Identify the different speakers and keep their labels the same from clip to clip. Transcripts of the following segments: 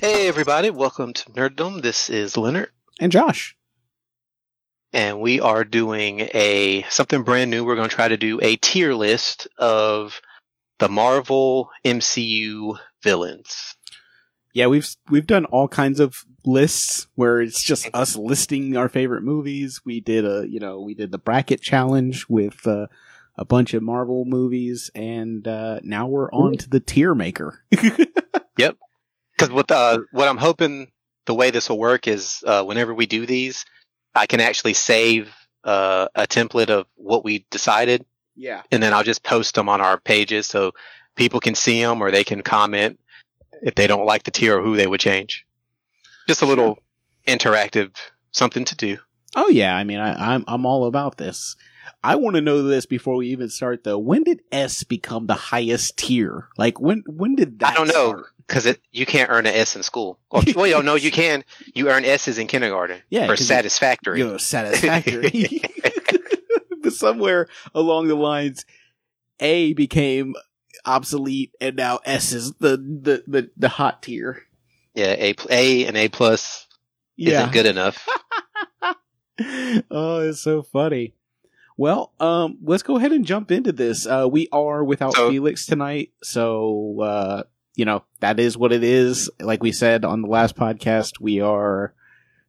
Speaker 1: Hey, everybody, welcome to Nerddom. This is Leonard,
Speaker 2: And Josh.
Speaker 1: and we are doing a something brand new. We're going to try to do a tier list of the Marvel MCU villains.
Speaker 2: Yeah, we've we've done all kinds of lists where it's just us listing our favorite movies. We did a you know we did the bracket challenge with uh, a bunch of Marvel movies, and uh, now we're on to the tier maker.
Speaker 1: Because what uh, what I'm hoping the way this will work is uh, whenever we do these, I can actually save uh, a template of what we decided,
Speaker 2: yeah,
Speaker 1: and then I'll just post them on our pages so people can see them or they can comment if they don't like the tier or who they would change. Just a little interactive something to do.
Speaker 2: Oh yeah, I mean I, I'm I'm all about this. I want to know this before we even start though. When did S become the highest tier? Like when when did that?
Speaker 1: I don't know.
Speaker 2: start?
Speaker 1: because you can't earn an S in school. Or, well, you know, you can. You earn S's in kindergarten
Speaker 2: Yeah,
Speaker 1: for
Speaker 2: 'cause it-
Speaker 1: satisfactory.
Speaker 2: you know, satisfactory. but somewhere along the lines, A became obsolete, and now S is the the the, the hot tier.
Speaker 1: Yeah, a pl- A and A plus isn't
Speaker 2: Yeah.
Speaker 1: good enough.
Speaker 2: oh, it's so funny. Well, um, let's go ahead and jump into this. Uh, we are without
Speaker 1: So-
Speaker 2: Felix tonight, so uh, you know that is what it is. Like we said on the last podcast, we are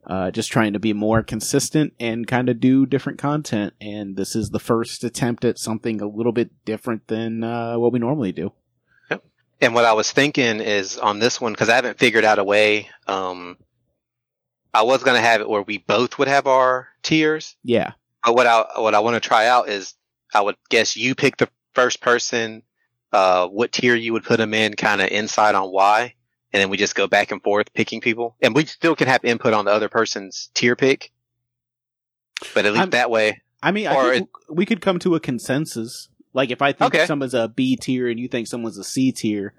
Speaker 2: uh, just trying to be more consistent and kind of do different content. And this is the first attempt at something a little bit different than uh, what we normally do.
Speaker 1: And what I was thinking is on this one because I haven't figured out a way. Um, I was gonna have it where we both would have our tiers,
Speaker 2: Yeah,
Speaker 1: but what I what I want to try out is I would guess you pick the first person, uh, what tier you would put them in, kind of insight on why, and then we just go back and forth picking people, and we still can have input on the other person's tier pick. But at least
Speaker 2: I'm-
Speaker 1: that way,
Speaker 2: I mean, I
Speaker 1: Or
Speaker 2: think w- we could come to a consensus. Like if I think
Speaker 1: Okay.
Speaker 2: someone's a B tier and you think someone's a C tier,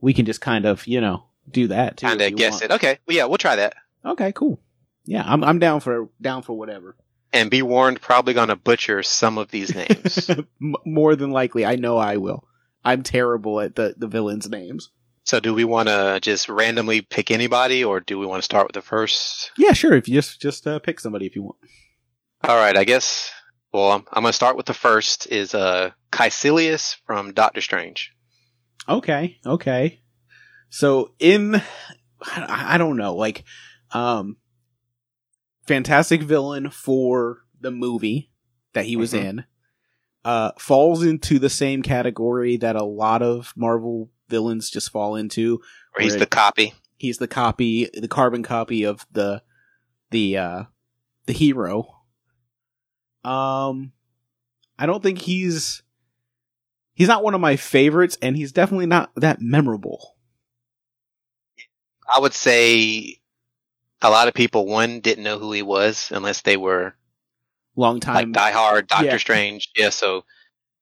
Speaker 2: we can just kind of you know do that too.
Speaker 1: kind of guess it. Okay, well, yeah, we'll try that.
Speaker 2: Okay, cool. Yeah, I'm I'm down for down for whatever.
Speaker 1: And be warned, probably gonna butcher some of these names.
Speaker 2: M- more than likely, I know I will. I'm terrible at the the villains' names.
Speaker 1: so, do we want to just randomly pick anybody, or do we want to start with the first?
Speaker 2: Yeah, sure. If you just just uh, pick somebody if you want.
Speaker 1: All right, I guess. Well, I'm, I'm gonna start with the first is uh Caecilius from Doctor Strange.
Speaker 2: Okay, okay. So in, I I don't know, like, um, fantastic villain for the movie that he was
Speaker 1: Mhm.
Speaker 2: in, uh, falls into the same category that a lot of Marvel villains just fall into.
Speaker 1: Or he's
Speaker 2: Right.
Speaker 1: the copy.
Speaker 2: He's the copy, the carbon copy of the, the, uh, the hero. Um, I don't think he's, he's not one of my favorites, and he's definitely not that memorable.
Speaker 1: I would say a lot of people one didn't know who he was unless they were
Speaker 2: long
Speaker 1: like
Speaker 2: time.
Speaker 1: Die Hard, Doctor
Speaker 2: yeah.
Speaker 1: Strange. Yeah, so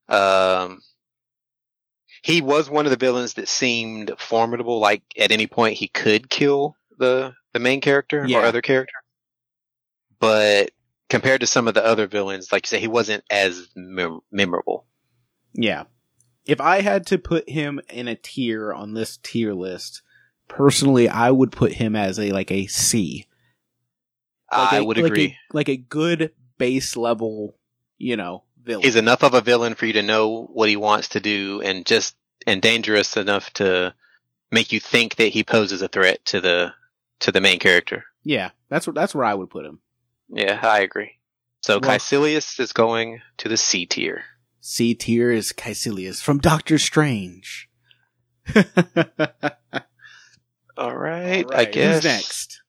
Speaker 1: um he was one of the villains that seemed formidable like at any point he could kill the the main character
Speaker 2: Yeah.
Speaker 1: or other character. But compared to some of the other villains like you say he wasn't as mem- memorable.
Speaker 2: yeah. If I had to put him in a tier on this tier list, personally, I would put him as a like a C. Like
Speaker 1: I
Speaker 2: a-
Speaker 1: would
Speaker 2: like a-
Speaker 1: agree.
Speaker 2: like a good base level, you know, villain.
Speaker 1: he's enough of a villain for you to know what he wants to do and just and dangerous enough to make you think that he poses a threat to the to the main character.
Speaker 2: yeah, that's what that's where I would put him.
Speaker 1: Yeah, I agree. So
Speaker 2: Well-
Speaker 1: Caecilius is going to the C tier.
Speaker 2: C tier is Caecilius from Doctor Strange.
Speaker 1: All right, I
Speaker 2: Alright,
Speaker 1: guess.
Speaker 2: Who's next?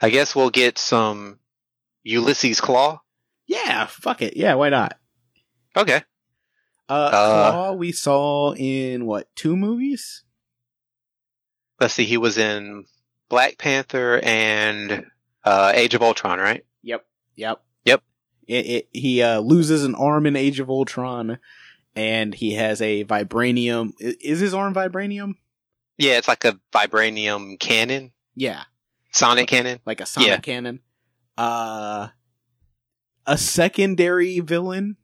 Speaker 1: I guess we'll get some Ulysses Claw.
Speaker 2: Yeah, fuck it. Yeah, why not?
Speaker 1: Okay.
Speaker 2: Uh,
Speaker 1: Uh,
Speaker 2: Claw we saw in what two movies?
Speaker 1: Let's see. He was in Black Panther and uh, Age of Ultron, right?
Speaker 2: Yep. Yep.
Speaker 1: Yep.
Speaker 2: It, it, he uh, loses an arm in Age of Ultron, and he has a vibranium. i- Is his arm vibranium?
Speaker 1: Yeah, it's like a vibranium cannon,
Speaker 2: Yeah,
Speaker 1: sonic cannon.
Speaker 2: like a sonic
Speaker 1: Yeah.
Speaker 2: cannon. Uh, a secondary villain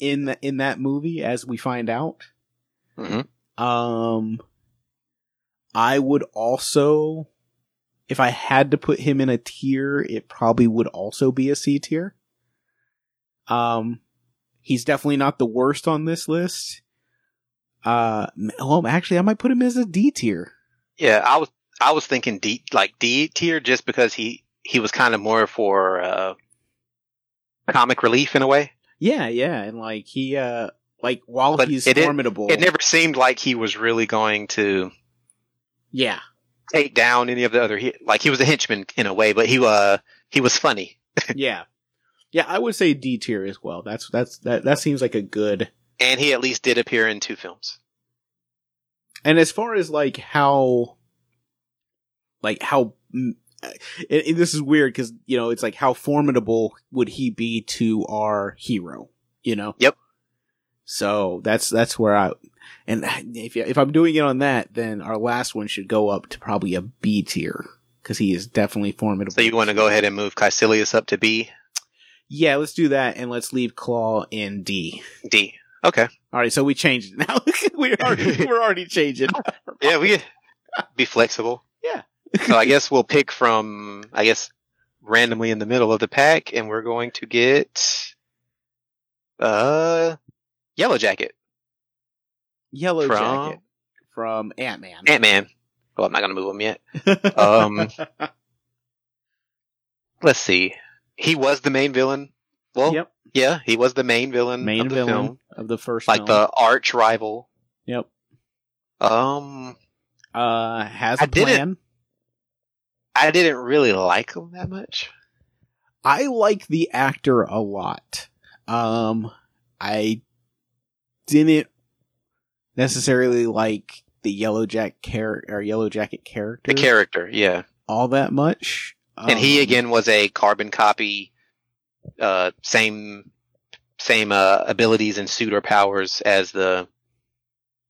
Speaker 2: in the, in that movie, as we find out.
Speaker 1: hmm
Speaker 2: Um, I would also if I had to put him in a tier, it probably would also be a C tier. Um, he's definitely not the worst on this list. Uh, m- well, actually, I might put him as a D tier.
Speaker 1: Yeah, I was I was thinking D like D tier just because he he was kind of more for uh, comic relief in a way.
Speaker 2: Yeah, yeah, and like he, uh, like while
Speaker 1: But
Speaker 2: he's
Speaker 1: it did-
Speaker 2: formidable,
Speaker 1: It never seemed like he was really going to
Speaker 2: yeah,
Speaker 1: take down any of the other he, like he was a henchman in a way, but he uh he was funny.
Speaker 2: yeah, yeah. I would say D tier as well. That's that's that that seems like a good.
Speaker 1: And he at least did appear in two films.
Speaker 2: And as far as like how, like how, mm, and, and this is weird because you know it's like how formidable would he be to our hero? You know.
Speaker 1: Yep.
Speaker 2: So that's that's where I, and if if I'm doing it on that, then our last one should go up to probably a B tier because he is definitely formidable.
Speaker 1: So you want to go ahead and move Caecilius up to B
Speaker 2: Yeah, let's do that, and let's leave Claw in D.
Speaker 1: D. Okay.
Speaker 2: All right, so we changed it now. we're already we're already changing.
Speaker 1: Yeah, we could be flexible.
Speaker 2: Yeah.
Speaker 1: so I guess we'll pick from I guess randomly in the middle of the pack, and we're going to get uh Yellow Jacket
Speaker 2: Yellow
Speaker 1: From-
Speaker 2: Jacket from Ant Man.
Speaker 1: Ant Man. Well, I'm not gonna move him yet. Um, let's see. He was the main villain. Well,
Speaker 2: yep,
Speaker 1: yeah, he was the main villain
Speaker 2: main
Speaker 1: of the
Speaker 2: villain
Speaker 1: film,
Speaker 2: of the first
Speaker 1: like
Speaker 2: film.
Speaker 1: the arch rival.
Speaker 2: yep.
Speaker 1: Um,
Speaker 2: Uh, has
Speaker 1: I
Speaker 2: a plan.
Speaker 1: didn't- I didn't really like him that much.
Speaker 2: I like the actor a lot. Um, I didn't necessarily like the Yellow Jack character or Yellow Jacket character
Speaker 1: The character, yeah.
Speaker 2: all that much.
Speaker 1: and he
Speaker 2: Um,
Speaker 1: again was a carbon copy uh same same uh abilities and suit or powers as the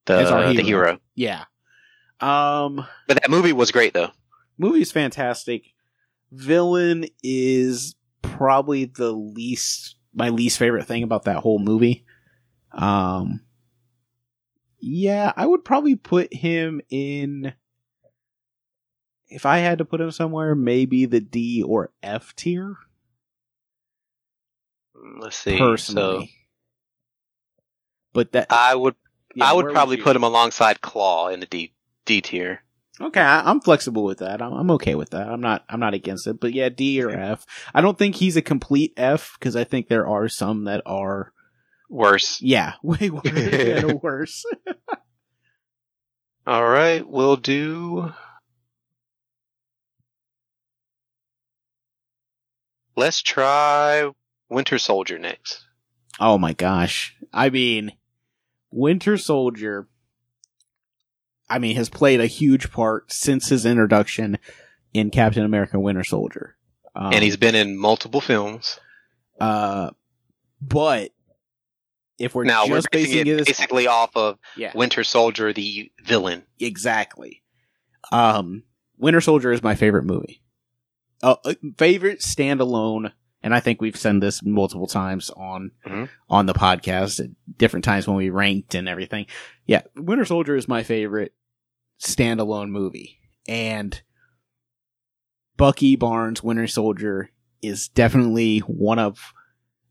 Speaker 1: the,
Speaker 2: As our
Speaker 1: the hero
Speaker 2: hero. Yeah. Um
Speaker 1: but that movie was great though
Speaker 2: movie's fantastic. Villain is probably the least my least favorite thing about that whole movie. Um Yeah, I would probably put him in if I had to put him somewhere, maybe the D or F tier
Speaker 1: let's see
Speaker 2: personally.
Speaker 1: so
Speaker 2: But that
Speaker 1: i would
Speaker 2: yeah,
Speaker 1: i
Speaker 2: where
Speaker 1: would probably
Speaker 2: you-
Speaker 1: put him alongside claw in the d d tier
Speaker 2: Okay, I, I'm flexible with that. I'm, I'm okay with that. I'm not. I'm not against it. But yeah, D or F. I don't think he's a complete F because I think there are some that are
Speaker 1: worse
Speaker 2: yeah way worse and worse.
Speaker 1: all right we'll do let's try winter soldier next
Speaker 2: Oh my gosh. I mean, Winter Soldier. I mean, has played a huge part since his introduction in Captain America: Winter Soldier, um,
Speaker 1: and he's been in multiple films
Speaker 2: uh, but if we're
Speaker 1: now we're
Speaker 2: just
Speaker 1: basing
Speaker 2: basing
Speaker 1: it
Speaker 2: this,
Speaker 1: basically off of
Speaker 2: yeah,
Speaker 1: Winter Soldier, the villain.
Speaker 2: Exactly. Um, Winter Soldier is my favorite movie. Uh, uh, favorite standalone, and I think we've said this multiple times on
Speaker 1: Mhm.
Speaker 2: on the podcast at different times when we ranked and everything. Yeah, Winter Soldier is my favorite standalone movie, and Bucky Barnes Winter Soldier is definitely one of.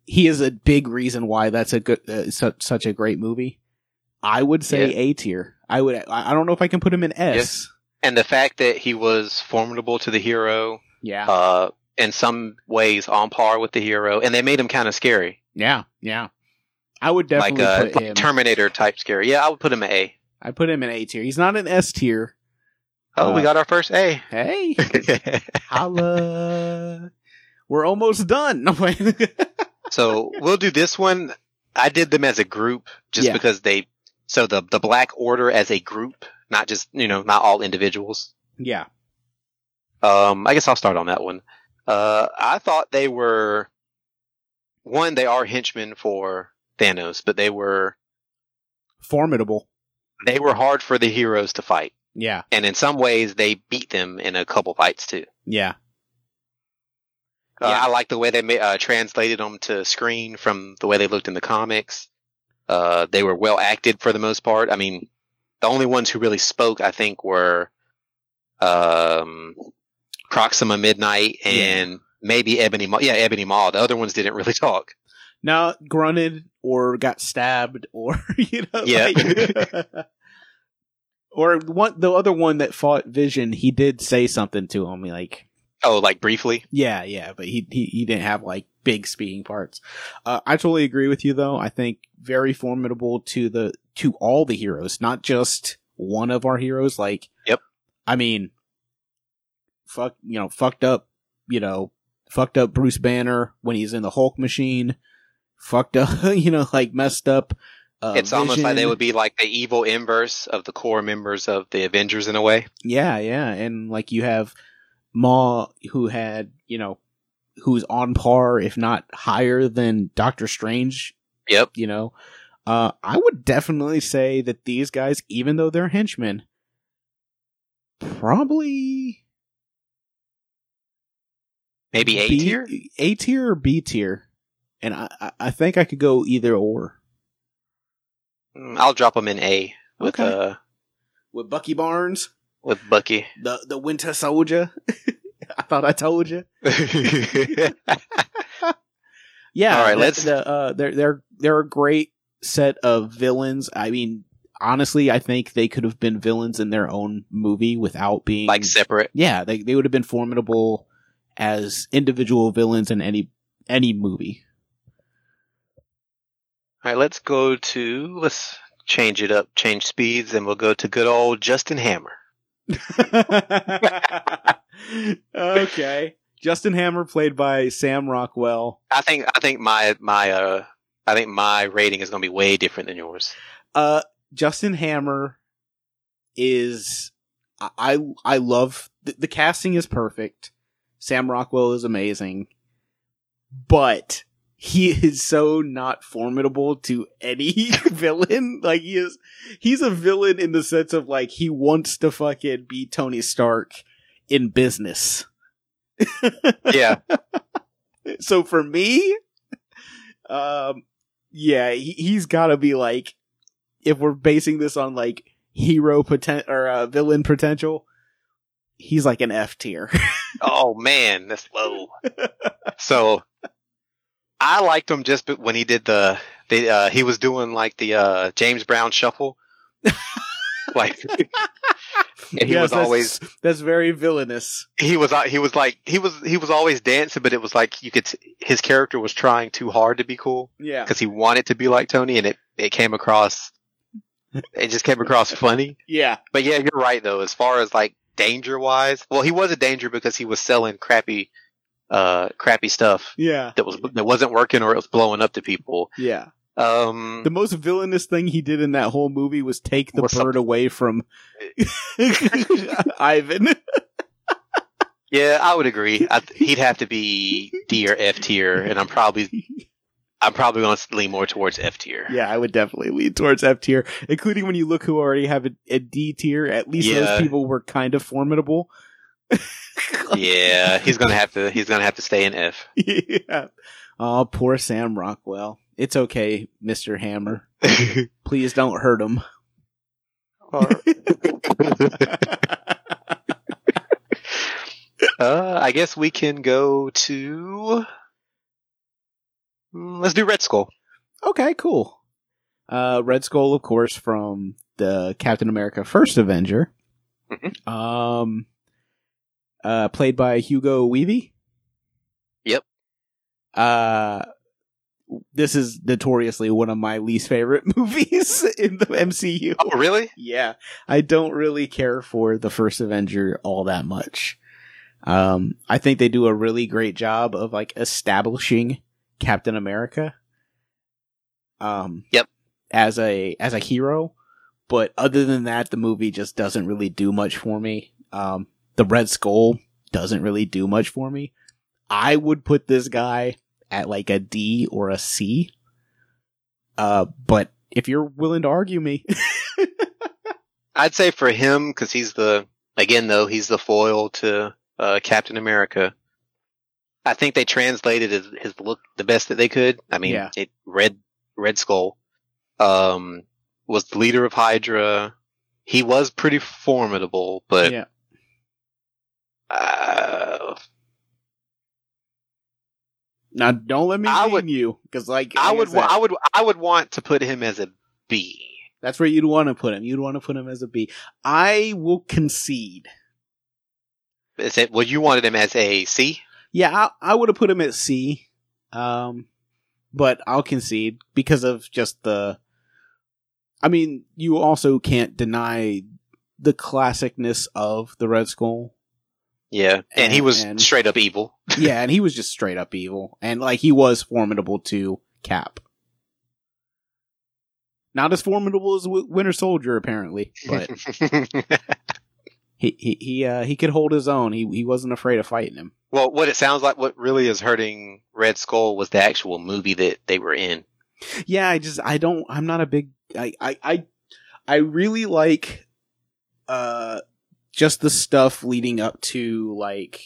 Speaker 2: He is a big reason why that's a good, uh, su- such a great movie. I would say
Speaker 1: Yeah.
Speaker 2: A tier. I would. I I don't know if I can put him in S.
Speaker 1: And the fact that he was formidable to the hero,
Speaker 2: Yeah.
Speaker 1: uh, in some ways on par with the hero, and they made him kind of scary,
Speaker 2: yeah. Yeah. I would definitely
Speaker 1: like, uh,
Speaker 2: put
Speaker 1: like
Speaker 2: him.
Speaker 1: Terminator type scary. Yeah, I would put him at A.
Speaker 2: I put him in A tier. He's not an S tier.
Speaker 1: Oh, we
Speaker 2: Uh,
Speaker 1: got our first A.
Speaker 2: Hey, holla! We're almost done. No way.
Speaker 1: so we'll do this one. I did them as a group just
Speaker 2: Yeah.
Speaker 1: because they. So the the Black Order as a group, not just you know not all individuals.
Speaker 2: yeah.
Speaker 1: Um, I guess I'll start on that one. Uh, I thought they were one. They are henchmen for Thanos, but they were
Speaker 2: Formidable.
Speaker 1: they were hard for the heroes to fight,
Speaker 2: Yeah.
Speaker 1: and in some ways they beat them in a couple fights too.
Speaker 2: Yeah.
Speaker 1: Uh,
Speaker 2: Yeah.
Speaker 1: I like the way they ma- uh, translated them to screen from the way they looked in the comics. Uh, they were well acted for the most part. I mean, the only ones who really spoke, I think, were um, Proxima Midnight and maybe Ebony Maw. Yeah, Ebony Maw. The other ones didn't really talk.
Speaker 2: Now grunted or got stabbed or you know
Speaker 1: Yeah.
Speaker 2: like- or one the other one that fought Vision he did say something to him like
Speaker 1: Oh, like briefly.
Speaker 2: yeah yeah but he he, he didn't have like big speaking parts. Uh, I totally agree with you though. I think very formidable to the to all the heroes, not just one of our heroes. Like
Speaker 1: Yep.
Speaker 2: I mean, fuck you know fucked up you know fucked up Bruce Banner when he's in the Hulk machine. Fucked up, you know, like messed up. Uh,
Speaker 1: it's almost like they
Speaker 2: Vision.
Speaker 1: would be like the evil inverse of the core members of the Avengers in a way.
Speaker 2: Yeah, yeah, and like you have Ma, who had you know, who's on par, if not higher than Doctor Strange.
Speaker 1: Yep.
Speaker 2: You know, uh, I would definitely say that these guys, even though they're henchmen, probably
Speaker 1: Maybe A tier.
Speaker 2: A tier or B tier, and I, I- I think I could go either or.
Speaker 1: Mm, I'll drop them in A with
Speaker 2: Okay.
Speaker 1: uh
Speaker 2: With Bucky Barnes,
Speaker 1: with Bucky.
Speaker 2: the the Winter Soldier. I thought I told you. Yeah.
Speaker 1: All right,
Speaker 2: the-
Speaker 1: let's-
Speaker 2: The, uh, they're they're they're a great set of villains. I mean, honestly, I think they could have been villains in their own movie without being
Speaker 1: like separate.
Speaker 2: yeah, they they would have been formidable as individual villains in any any movie.
Speaker 1: All right, let's go to let's change it up, change speeds, and we'll go to good old Justin Hammer.
Speaker 2: okay. Justin Hammer played by Sam Rockwell.
Speaker 1: I think I think my my uh I think my rating is going to be way different than yours.
Speaker 2: Uh, Justin Hammer is I I, I love the, the casting is perfect. Sam Rockwell is amazing, but he is so not formidable to any villain. Like he is, he's a villain in the sense of like he wants to fucking be Tony Stark in business.
Speaker 1: Yeah,
Speaker 2: So for me, um, yeah, he, he's got to be like, if we're basing this on like hero poten or uh, villain potential, he's like an F tier.
Speaker 1: oh man, that's low. so I liked him just be- when he did the the uh, he was doing like the uh, James Brown shuffle, like and he
Speaker 2: Yes,
Speaker 1: was
Speaker 2: that's-
Speaker 1: always
Speaker 2: that's very villainous.
Speaker 1: he was uh, he was like he was he was always dancing, but it was like you could t- his character was trying too hard to be cool
Speaker 2: Yeah,
Speaker 1: because he wanted to be like Tony, and it it came across it just came across funny.
Speaker 2: yeah,
Speaker 1: But yeah, you're right though. As far as like danger wise, well, he was a danger because he was selling crappy, uh, crappy stuff
Speaker 2: yeah,
Speaker 1: that was that wasn't working or it was blowing up to people.
Speaker 2: yeah.
Speaker 1: Um,
Speaker 2: The most villainous thing he did in that whole movie was take the
Speaker 1: What's up?
Speaker 2: bird away from Ivan.
Speaker 1: yeah, I would agree. I, th- he'd have to be D or F tier, and I'm probably I'm probably going to lean more towards F tier.
Speaker 2: Yeah, I would definitely lean towards F tier, including when you look who already have a, a D tier. At least
Speaker 1: Yeah.
Speaker 2: those people were kind of formidable.
Speaker 1: Yeah, he's gonna have to. He's gonna have to stay in F.
Speaker 2: yeah. Oh, poor Sam Rockwell. It's okay, Mister Hammer. Please don't hurt him.
Speaker 1: uh, I guess we can go to. Mm, Let's do Red Skull.
Speaker 2: okay, cool. Uh, Red Skull, of course, from the Captain America: First Avenger.
Speaker 1: Mhm.
Speaker 2: Um, uh, played by Hugo Weavy.
Speaker 1: Yep.
Speaker 2: Uh, this is notoriously one of my least favorite movies in the MCU.
Speaker 1: Oh, really?
Speaker 2: Yeah, I don't really care for the first Avenger all that much. Um, I think they do a really great job of like establishing Captain America. Um,
Speaker 1: Yep.
Speaker 2: as a as a hero, but other than that, the movie just doesn't really do much for me. Um, the Red Skull doesn't really do much for me. I would put this guy at like a D or a C. Uh, but if you're willing to argue me,
Speaker 1: I'd say for him because he's the again though he's the foil to uh, Captain America. I think they translated his, his look the best that they could. I mean,
Speaker 2: Yeah.
Speaker 1: it Red Red Skull um, was the leader of Hydra. He was pretty formidable, but
Speaker 2: Yeah.
Speaker 1: uh,
Speaker 2: Now, don't let me
Speaker 1: I
Speaker 2: name
Speaker 1: would-
Speaker 2: you because, like,
Speaker 1: I
Speaker 2: like
Speaker 1: would
Speaker 2: said,
Speaker 1: wa- I would I would want to put him as a B.
Speaker 2: That's where you'd want to put him. You'd want to put him as a B. I will concede.
Speaker 1: Is it? Well, you wanted him as a C.
Speaker 2: Yeah, I, I would have put him at C, um, but I'll concede because of just the. I mean, you also can't deny the classicness of the Red Skull.
Speaker 1: Yeah, and, he
Speaker 2: And-
Speaker 1: was
Speaker 2: and-
Speaker 1: straight up evil.
Speaker 2: yeah, and he was just straight up evil, and like he was formidable to Cap. Not as formidable as Wi- Winter Soldier, apparently, but he he he uh, he could hold his own. He he wasn't afraid of fighting him.
Speaker 1: well, what it sounds like, what really is hurting Red Skull was the actual movie that they were in.
Speaker 2: yeah i just i don't i'm not a big i i i, I really like uh just the stuff leading up to like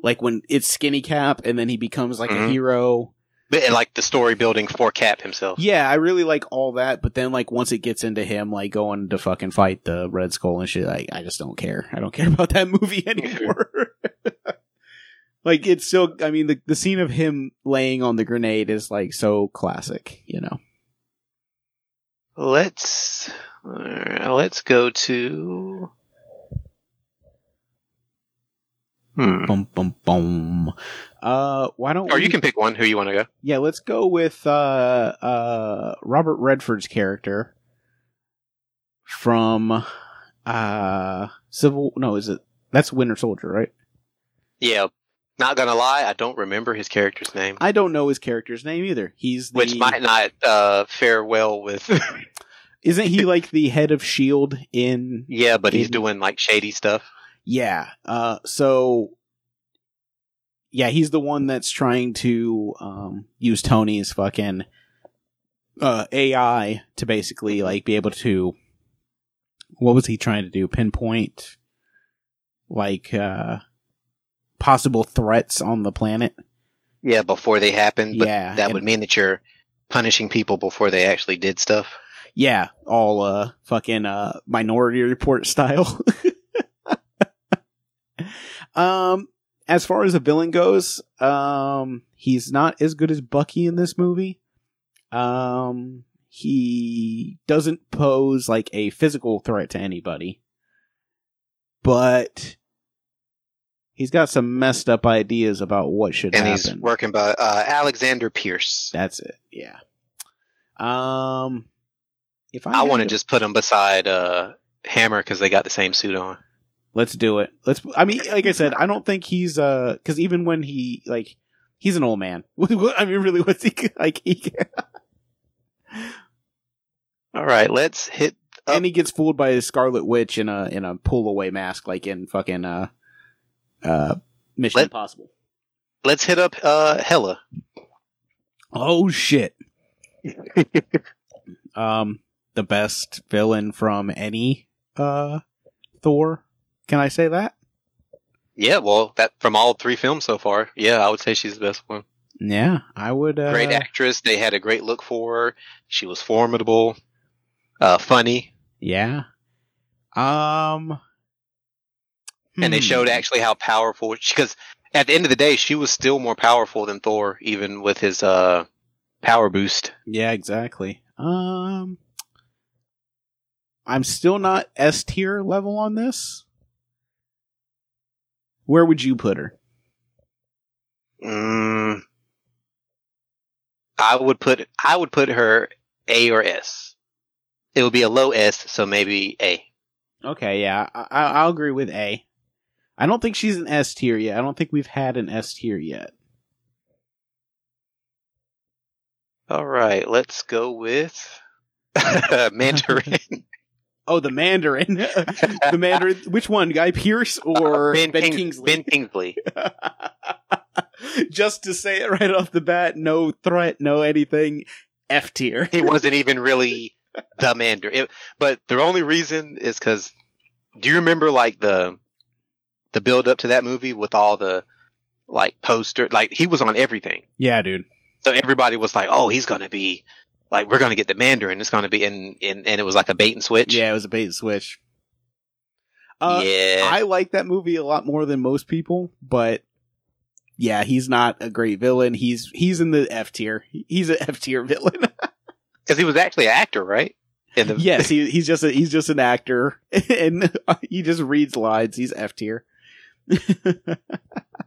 Speaker 2: like when it's skinny cap and then he becomes like a
Speaker 1: Mhm.
Speaker 2: hero
Speaker 1: But and like the story building for Cap himself.
Speaker 2: yeah i really like all that but then like once it gets into him like going to fucking fight the red skull and shit i, I just don't care i don't care about that movie anymore like it's so i mean the, the scene of him laying on the grenade is like so classic you know
Speaker 1: Let's uh, let's go to. Hmm.
Speaker 2: Boom, boom, boom. Uh, why don't
Speaker 1: Or
Speaker 2: we-
Speaker 1: you can pick one. Who you want to go?
Speaker 2: Yeah, let's go with uh, uh, Robert Redford's character from uh, Civil. No, is it? That's Winter Soldier, right?
Speaker 1: Yeah. Not gonna lie, I don't remember his character's name,
Speaker 2: I don't know his character's name either. He's the,
Speaker 1: which might not uh, fare well with.
Speaker 2: isn't he like the head of Shield E in?
Speaker 1: yeah, but he's
Speaker 2: Mhm.
Speaker 1: doing like shady stuff.
Speaker 2: Yeah. Uh, so yeah, he's the one that's trying to um, use Tony's fucking uh, AI to
Speaker 1: Mm-hmm.
Speaker 2: basically like be able to. What was he trying to do? Pinpoint like uh, possible threats on the planet.
Speaker 1: Yeah, before they happen, but
Speaker 2: yeah,
Speaker 1: that
Speaker 2: and-
Speaker 1: would mean that you're punishing people before they actually did stuff.
Speaker 2: yeah, all uh fucking uh Minority Report style. um, as far as a villain goes, um, he's not as good as Bucky in this movie. Um, he doesn't pose like a physical threat to anybody, but he's got some messed up ideas about what should
Speaker 1: And
Speaker 2: happen.
Speaker 1: he's working by uh, Alexander Pierce.
Speaker 2: That's it. Yeah. Um, if I,
Speaker 1: I
Speaker 2: had
Speaker 1: want to just put him beside uh, Hammer because they got the same suit on.
Speaker 2: let's do it. Let's. I mean, like I said, I don't think he's uh, because even when he like, he's an old man. I mean, really, what's he like? He
Speaker 1: All right, let's hit.
Speaker 2: and he gets fooled by a Scarlet Witch in a in a pull away mask, like in fucking uh, uh, Mission
Speaker 1: Let-
Speaker 2: Impossible.
Speaker 1: Let's hit up uh, Hella.
Speaker 2: Oh shit. um the best villain from any uh Thor. Can I say that?
Speaker 1: Yeah, well, that from all three films so far. Yeah, I would say she's the best one.
Speaker 2: Yeah, I would uh,
Speaker 1: Great actress. They had a great look for her. She was formidable, uh, funny,
Speaker 2: Yeah. Um
Speaker 1: and they
Speaker 2: hmm.
Speaker 1: showed actually how powerful. Because at the end of the day, she was still more powerful than Thor, even with his uh, power boost.
Speaker 2: Yeah, exactly. Um I'm still not S tier level on this. Where would you put her?
Speaker 1: Mm, I would put I would put her A or S. It would be a low S, so maybe A.
Speaker 2: Okay, yeah, I, I- I'll agree with A. I don't think she's an S tier yet. I don't think we've had an S tier yet.
Speaker 1: All right, let's go with Mandarin.
Speaker 2: Oh, the Mandarin, the Mandarin. Which one, Guy Pierce or Ben,
Speaker 1: King-
Speaker 2: Kingsley?
Speaker 1: Ben Kingsley.
Speaker 2: Just to say it right off the bat, no threat, no anything. F tier.
Speaker 1: He wasn't even really the Mandarin, It- but the only reason is because do you remember like the the build up to that movie with all the like poster like he was on everything.
Speaker 2: Yeah, dude.
Speaker 1: so everybody was like, "Oh, he's gonna be like, we're gonna get the Mandarin. It's gonna be and and, and it was like a bait and switch.
Speaker 2: Yeah, it was a bait and switch. Uh,
Speaker 1: yeah.
Speaker 2: I like that movie a lot more than most people, but yeah, he's not a great villain. He's he's in the F tier. He's an F tier villain.
Speaker 1: because he was actually an actor, right? In the,
Speaker 2: yes, he, he's just a, he's just an actor, and he just reads lines. He's F tier.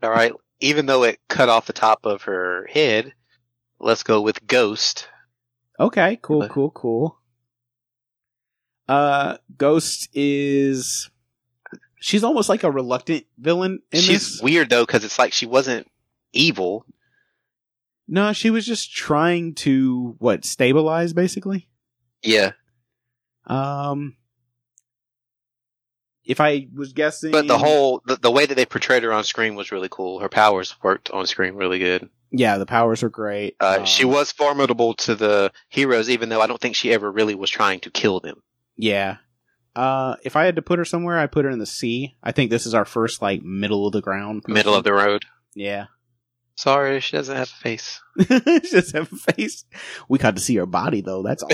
Speaker 1: all right. Even though it cut off the top of her head, let's go with Ghost.
Speaker 2: Okay, cool,
Speaker 1: But-
Speaker 2: cool, cool. Uh, Ghost is she's almost like a reluctant villain in
Speaker 1: She's
Speaker 2: this.
Speaker 1: weird though because it's like she wasn't evil.
Speaker 2: No, she was just trying to what stabilize basically.
Speaker 1: Yeah,
Speaker 2: Um, if I was guessing,
Speaker 1: but the whole the, the way that they portrayed her on screen was really cool. Her powers worked on screen really good.
Speaker 2: yeah, the powers are great.
Speaker 1: Uh,
Speaker 2: Um,
Speaker 1: she was formidable to the heroes, even though I don't think she ever really was trying to kill them.
Speaker 2: yeah. Uh, if I had to put her somewhere, I put her in the sea. I think this is our first like middle of the ground,
Speaker 1: Middle of the road.
Speaker 2: yeah.
Speaker 1: Mm-hmm. Sorry, she doesn't have a face.
Speaker 2: she just have a face. We got to see her body though. That's all.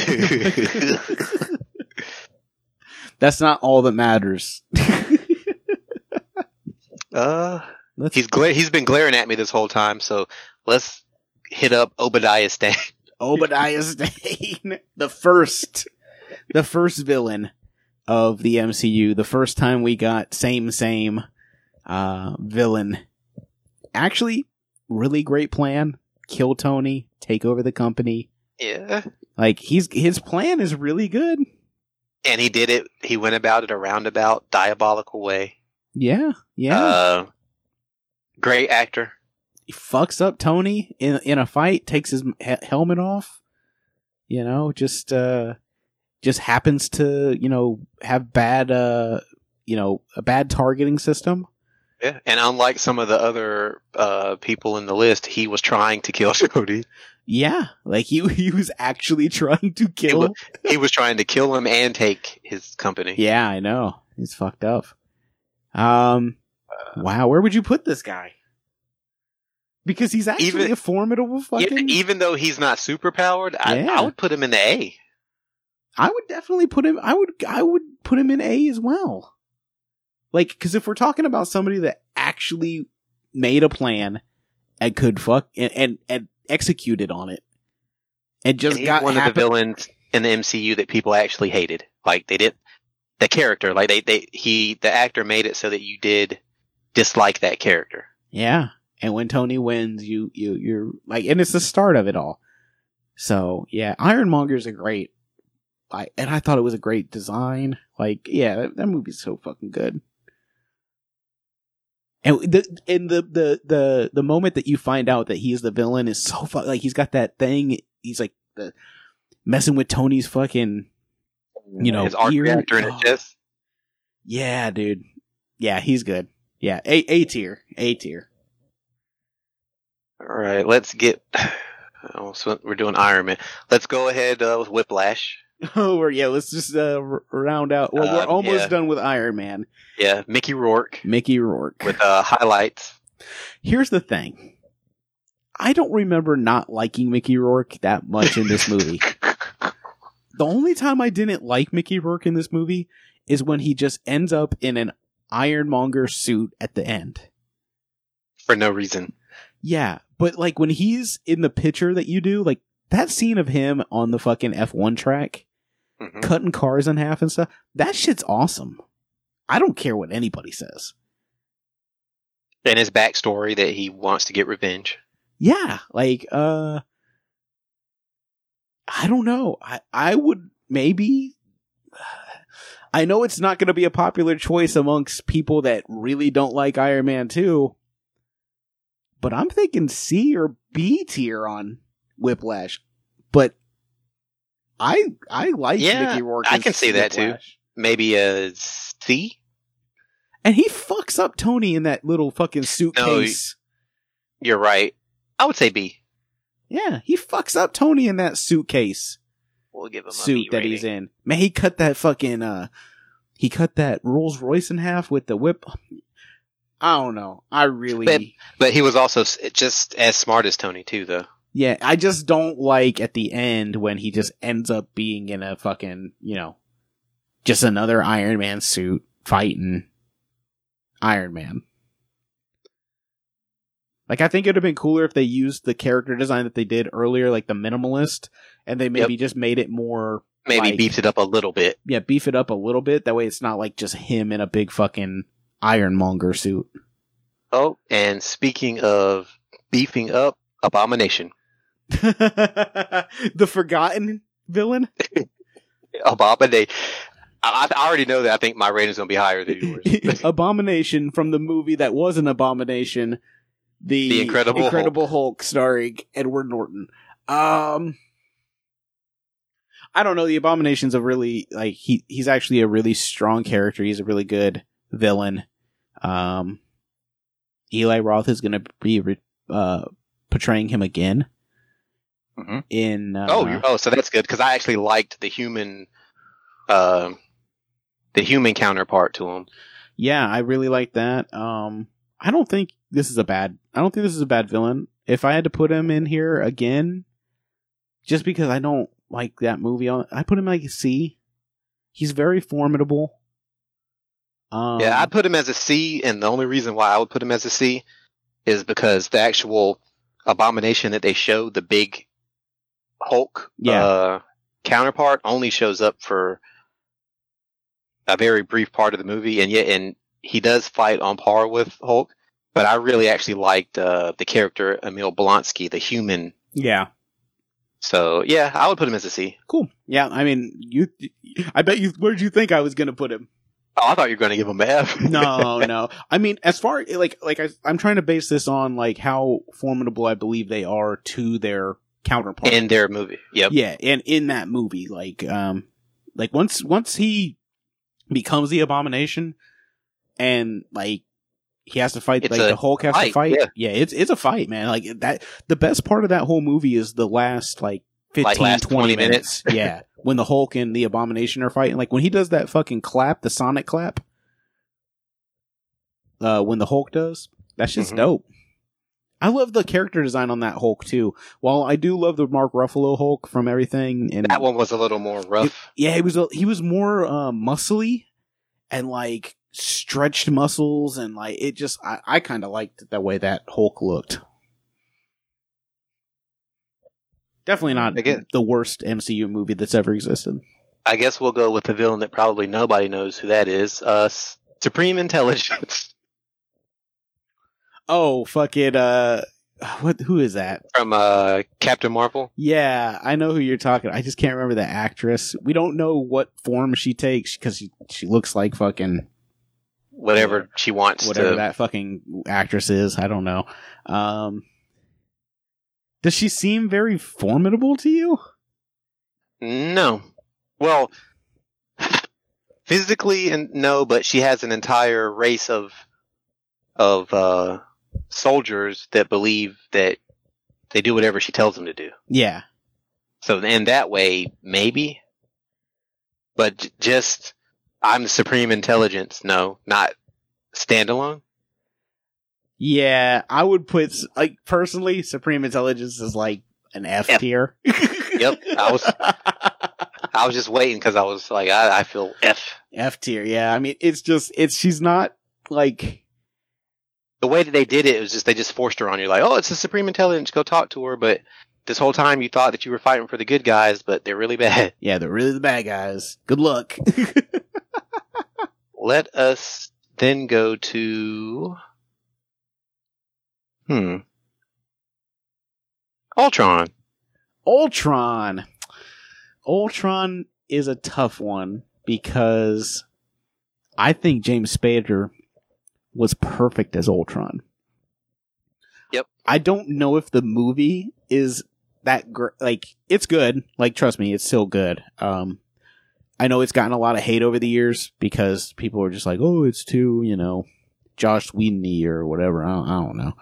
Speaker 2: That's not all that matters.
Speaker 1: Uh,
Speaker 2: Let's,
Speaker 1: he's gla- he's been glaring at me this whole time, so let's hit up Obadiah Stane.
Speaker 2: Obadiah Stane, the first, the first villain of the MCU. The first time we got same same uh, villain. Actually, really great plan. Kill Tony, take over the company.
Speaker 1: Yeah,
Speaker 2: Like he's his plan is really good.
Speaker 1: and he did it. He went about it a roundabout, diabolical way.
Speaker 2: Yeah, yeah.
Speaker 1: Uh, great actor.
Speaker 2: he fucks up Tony in in a fight, takes his he- helmet off. You know, just uh, just happens to you know have bad uh, you know a bad targeting system.
Speaker 1: Yeah, and unlike some of the other uh, people in the list, he was trying to kill Jody.
Speaker 2: Yeah, like he he was actually trying to kill.
Speaker 1: was- he was trying to kill him and take his company.
Speaker 2: Yeah, I know he's fucked up. Um,
Speaker 1: Uh,
Speaker 2: wow, where would you put this guy? Because he's actually
Speaker 1: Even-
Speaker 2: a formidable
Speaker 1: Yeah,
Speaker 2: fucking.
Speaker 1: even though he's not super powered, I,
Speaker 2: Yeah.
Speaker 1: I would put him in the A.
Speaker 2: I would definitely put him. I would. I would put him in A as well. Like, because if we're talking about somebody that actually made a plan and could fuck and and, and executed on it, and just
Speaker 1: And he's
Speaker 2: got
Speaker 1: one of
Speaker 2: happen-
Speaker 1: the villains in the MCU that people actually hated. Like they did the character, like they, they he the actor made it so that you did dislike that character.
Speaker 2: yeah. And when Tony wins, you you you're like, and it's the start of it all. So yeah, Ironmonger's a great. I and I thought it was a great design. Like yeah, that, that movie's so fucking good. And the and the, the the the moment that you find out that he's the villain is so fu- like he's got that thing. He's like the messing with Tony's fucking You know,
Speaker 1: his arc
Speaker 2: ear-
Speaker 1: reactor in
Speaker 2: oh.
Speaker 1: his chest.
Speaker 2: yeah, dude. Yeah, he's good. Yeah, a a tier, a tier.
Speaker 1: All right, let's get. Oh, so we're doing Iron Man. Let's go ahead uh, with Whiplash.
Speaker 2: Oh, we're, yeah. Let's just uh, r- round out. Well, we're
Speaker 1: Um,
Speaker 2: almost
Speaker 1: yeah.
Speaker 2: done with Iron Man.
Speaker 1: Yeah, Mickey Rourke
Speaker 2: Mickey Rourke.
Speaker 1: with uh, highlights.
Speaker 2: Here's the thing. I don't remember not liking Mickey Rourke that much in this movie. the only time I didn't like Mickey Rourke in this movie is when he just ends up in an ironmonger suit at the end.
Speaker 1: For no reason.
Speaker 2: Yeah, but like when he's in the picture that you do, like that scene of him on the fucking F1 track
Speaker 1: Mhm.
Speaker 2: cutting cars in half and stuff. That shit's awesome. I don't care what anybody says.
Speaker 1: And his backstory that he wants to get revenge.
Speaker 2: Yeah, like uh I don't know. I I would maybe I know it's not going to be a popular choice amongst people that really don't like Iron Man 2, but I'm thinking C or B tier on Whiplash. But I I like
Speaker 1: Yeah,
Speaker 2: Mickey Rourke.
Speaker 1: I
Speaker 2: as
Speaker 1: can see that too.
Speaker 2: Whiplash.
Speaker 1: Maybe a C.
Speaker 2: And he fucks up Tony in that little fucking suitcase.
Speaker 1: You're right. I would say B.
Speaker 2: yeah, he fucks up Tony in that suitcase
Speaker 1: We'll give him a
Speaker 2: suit
Speaker 1: B
Speaker 2: that
Speaker 1: rating.
Speaker 2: he's in. Man, he cut that fucking uh he cut that Rolls Royce in half with the whip. I don't know. I really
Speaker 1: But- But he was also s- just as smart as Tony too, though.
Speaker 2: Yeah, I just don't like at the end when he just ends up being in a fucking, you know, just another Iron Man suit fighting Iron Man. Like I think it'd have been cooler if they used the character design that they did earlier, like the minimalist, and they maybe just made it more
Speaker 1: Maybe
Speaker 2: Like-
Speaker 1: beefed it up a little bit.
Speaker 2: yeah, beef it up a little bit. That way it's not like just him in a big fucking ironmonger suit.
Speaker 1: Oh, and speaking of beefing up, Abomination.
Speaker 2: the forgotten villain?
Speaker 1: Abomination. I, I already know that. I think my rating's gonna be higher than yours.
Speaker 2: abomination from the movie that was an abomination, the,
Speaker 1: The Incredible
Speaker 2: Incredible Hulk. starring Edward Norton. Um, I don't know. The Abomination's a really like he he's actually a really strong character. He's a really good villain. Um, Eli Roth is going to be re- uh, portraying him again
Speaker 1: Mhm.
Speaker 2: in uh,
Speaker 1: oh, you oh, so that's good because I actually liked the human, um, the human counterpart to him.
Speaker 2: yeah, I really like that. Um, I don't think this is a bad. I don't think this is a bad villain. If I had to put him in here again, just because I don't like that movie, I'll- I put him like a C. He's very formidable. Um,
Speaker 1: yeah, I put him as a C, and the only reason why I would put him as a C is because the actual abomination that they show, the big Hulk
Speaker 2: Yeah.
Speaker 1: uh, counterpart, only shows up for a very brief part of the movie, and yet, and he does fight on par with Hulk. But I really actually liked uh, the character Emil Blonsky, the human.
Speaker 2: yeah,
Speaker 1: So yeah, I would put him as a C.
Speaker 2: cool. Yeah, I mean, you. I bet you. Where'd you think I was gonna put him?
Speaker 1: Oh, I thought you were going to give him an F.
Speaker 2: no, no. I mean, as far like like I, I'm trying to base this on like how formidable I believe they are to their counterpart
Speaker 1: in their movie. Yep.
Speaker 2: yeah and in that movie like um like once once he becomes the abomination and like he has to fight
Speaker 1: It's
Speaker 2: like
Speaker 1: a
Speaker 2: the hulk has to
Speaker 1: fight,
Speaker 2: fight
Speaker 1: yeah.
Speaker 2: it's it's a fight man like that the best part of that whole movie is the last like 15
Speaker 1: Like, last 20
Speaker 2: 20 minutes, yeah when the hulk and the abomination are fighting like when he does that fucking clap the sonic clap uh when the hulk does that's just
Speaker 1: Mhm.
Speaker 2: dope i love the character design on that hulk too while i do love the mark ruffalo hulk from everything and
Speaker 1: That one was a little more rough.
Speaker 2: yeah, he was a, he was more uh, muscly and like stretched muscles and like it just I, I kind of liked the way that Hulk looked. Definitely not
Speaker 1: Again.
Speaker 2: the worst MCU movie that's ever existed.
Speaker 1: I guess we'll go with the villain that probably nobody knows who that is. Uh, S- Supreme Intelligence
Speaker 2: Oh, fuck it. Uh, what? Who is that?
Speaker 1: from uh, Captain Marvel.
Speaker 2: Yeah, I know who you're talking. I just can't remember the actress. We don't know what form she takes because she she looks like fucking
Speaker 1: Whatever
Speaker 2: Yeah.
Speaker 1: she wants
Speaker 2: whatever
Speaker 1: to.
Speaker 2: that fucking actress is. I don't know. Um, does she seem very formidable to you?
Speaker 1: No. Well, physically, and no, but she has an entire race of of uh, soldiers that believe that they do whatever she tells them to do.
Speaker 2: Yeah,
Speaker 1: So in that way, maybe. But j- just I'm the supreme intelligence. No, not standalone.
Speaker 2: yeah. I would put s- like personally, Supreme Intelligence is like an F,
Speaker 1: F.
Speaker 2: tier.
Speaker 1: Yep, I was- I was just waiting because I was like, I, I feel f.
Speaker 2: F tier. Yeah, I mean, it's just it's she's not like
Speaker 1: The way that they did it, it was just they just forced her on you. Like, oh, it's the supreme intelligence. Go talk to her. But this whole time, you thought that you were fighting for the good guys, but they're really bad.
Speaker 2: yeah, they're really the bad guys. Good luck.
Speaker 1: Let us then go to hmm, Ultron.
Speaker 2: Ultron. Ultron is a tough one because I think James Spader was perfect as Ultron.
Speaker 1: Yep.
Speaker 2: I don't know if the movie is that gr- like it's good. Like trust me, it's still good. Um I know it's gotten a lot of hate over the years because people are just like, "Oh, it's too, you know, Josh Whedon or whatever." I don't, I don't know.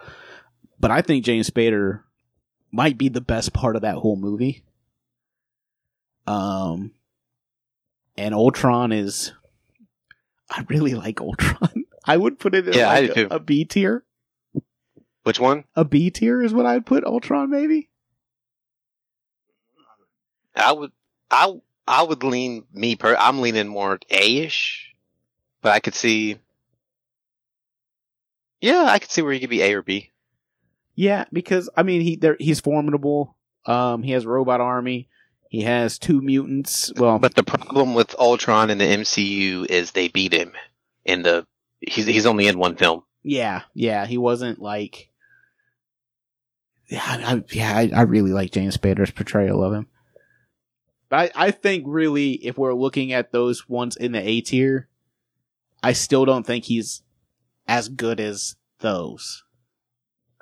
Speaker 2: But I think James Spader might be the best part of that whole movie. Um, and Ultron is, I really like Ultron. I would put it in
Speaker 1: Yeah, I
Speaker 2: like
Speaker 1: do
Speaker 2: a-
Speaker 1: too.
Speaker 2: a B tier.
Speaker 1: Which one?
Speaker 2: A B tier is what I'd put Ultron, maybe.
Speaker 1: I would, I, I would lean me per. I'm leaning more A ish, but I could see. Yeah, I could see where you could be A or B.
Speaker 2: Yeah, because I mean he there he's formidable. Um, he has a robot army. He has two mutants. Well,
Speaker 1: But the problem with Ultron in the MCU is they beat him in the. He's he's only in one film.
Speaker 2: yeah, yeah, he wasn't like. Yeah, I, I- yeah, I, I really like James Spader's portrayal of him. But I, I think really, if we're looking at those ones in the A tier, I still don't think he's as good as those.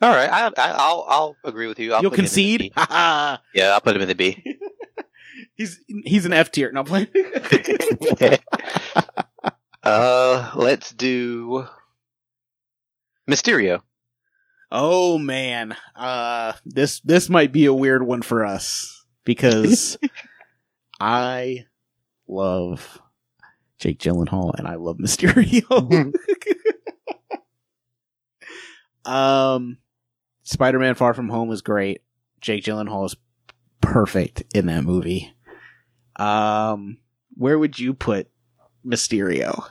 Speaker 1: All right, I, I I'll I'll agree with you. I'll
Speaker 2: You'll
Speaker 1: put him in the
Speaker 2: concede.
Speaker 1: B.
Speaker 2: Ha ha.
Speaker 1: Yeah, I'll put him in the B.
Speaker 2: he's he's an F tier. No, I'm playing.
Speaker 1: uh, let's do Mysterio.
Speaker 2: Oh man, uh, this this might be a weird one for us because I love Jake Gyllenhaal and I love Mysterio. um, Spider-Man: Far From Home is great. Jake Gyllenhaal is perfect in that movie. Um, where would you put Mysterio?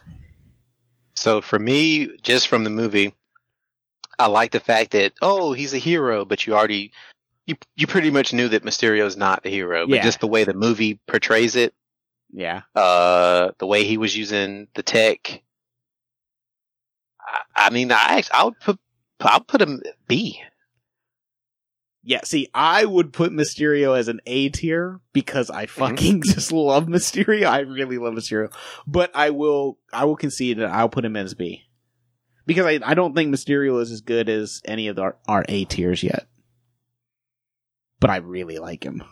Speaker 1: So for me, just from the movie, I like the fact that oh, he's a hero, but you already you you pretty much knew that Mysterio's not the hero, but
Speaker 2: Yeah.
Speaker 1: just the way the movie portrays it,
Speaker 2: Yeah,
Speaker 1: uh, the way he was using the tech. I, I mean, I act- I would put I'll put him B.
Speaker 2: Yeah, see, I would put Mysterio as an A tier because I
Speaker 1: Mm-hmm.
Speaker 2: fucking just love Mysterio. I really love Mysterio, but I will, I will concede that I'll put him as B because I, I don't think Mysterio is as good as any of our, our A tiers yet. But I really like him.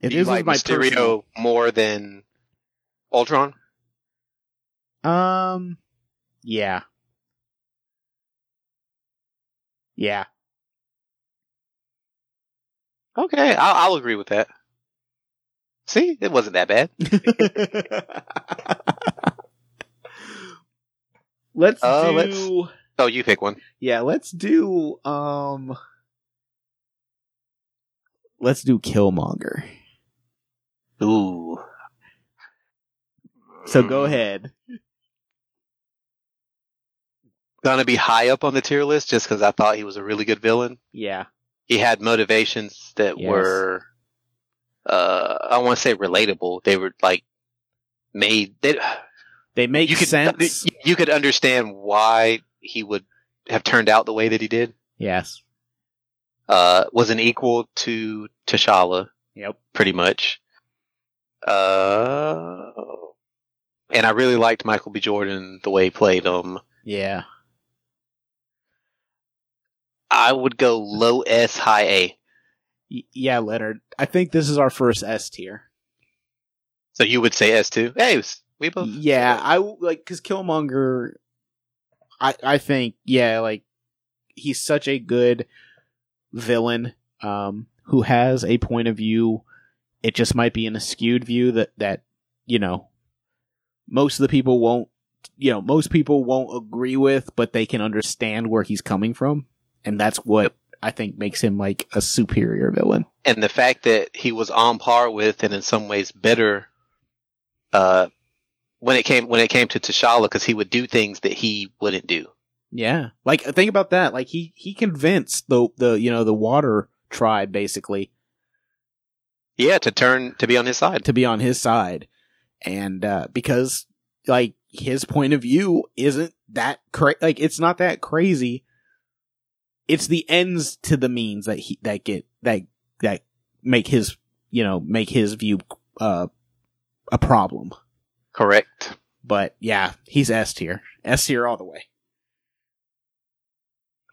Speaker 2: If
Speaker 1: Do you
Speaker 2: this was
Speaker 1: like
Speaker 2: my
Speaker 1: Mysterio
Speaker 2: personal-
Speaker 1: more than Ultron?
Speaker 2: um, yeah, yeah.
Speaker 1: Okay, I'll, I'll agree with that. See, it wasn't that bad.
Speaker 2: let's
Speaker 1: Uh,
Speaker 2: do
Speaker 1: let's- Oh, you pick one.
Speaker 2: yeah let's do um let's do killmonger
Speaker 1: Ooh.
Speaker 2: so
Speaker 1: Mm.
Speaker 2: go
Speaker 1: Hmm.
Speaker 2: ahead
Speaker 1: Gonna be high up on the tier list just because I thought he was a really good villain.
Speaker 2: yeah
Speaker 1: He had motivations that
Speaker 2: Yes.
Speaker 1: were, uh, I want to say relatable. They were like made. They,
Speaker 2: they make
Speaker 1: you could
Speaker 2: sense
Speaker 1: you could understand why he would have turned out the way that he did.
Speaker 2: yes
Speaker 1: Uh, wasn't equal to T'Challa.
Speaker 2: yep
Speaker 1: pretty much. Uh, and I really liked Michael B. Jordan the way he played him.
Speaker 2: yeah
Speaker 1: I would go low S, high A.
Speaker 2: Y- yeah leonard i think this is our first s tier
Speaker 1: So you would say S too? Hey, we both.
Speaker 2: yeah i w- like because killmonger i i think yeah like he's such a good villain um who has a point of view it just might be in a skewed view that that you know most of the people won't you know most people won't agree with but they can understand where he's coming from and that's what i think makes him like a superior villain
Speaker 1: And the fact that he was on par with, and in some ways better, uh, when it came when it came to T'Challa, because he would do things that he wouldn't do.
Speaker 2: Yeah. Like uh, think about that. Like he he convinced the the you know the water tribe basically
Speaker 1: Yeah, to turn to be on his side.
Speaker 2: to be on his side. And uh because like his point of view isn't that cra- like it's not that crazy. It's the ends to the means that he that get that that make his you know make his view uh a problem.
Speaker 1: Correct.
Speaker 2: But yeah, he's S tier. S tier all the way.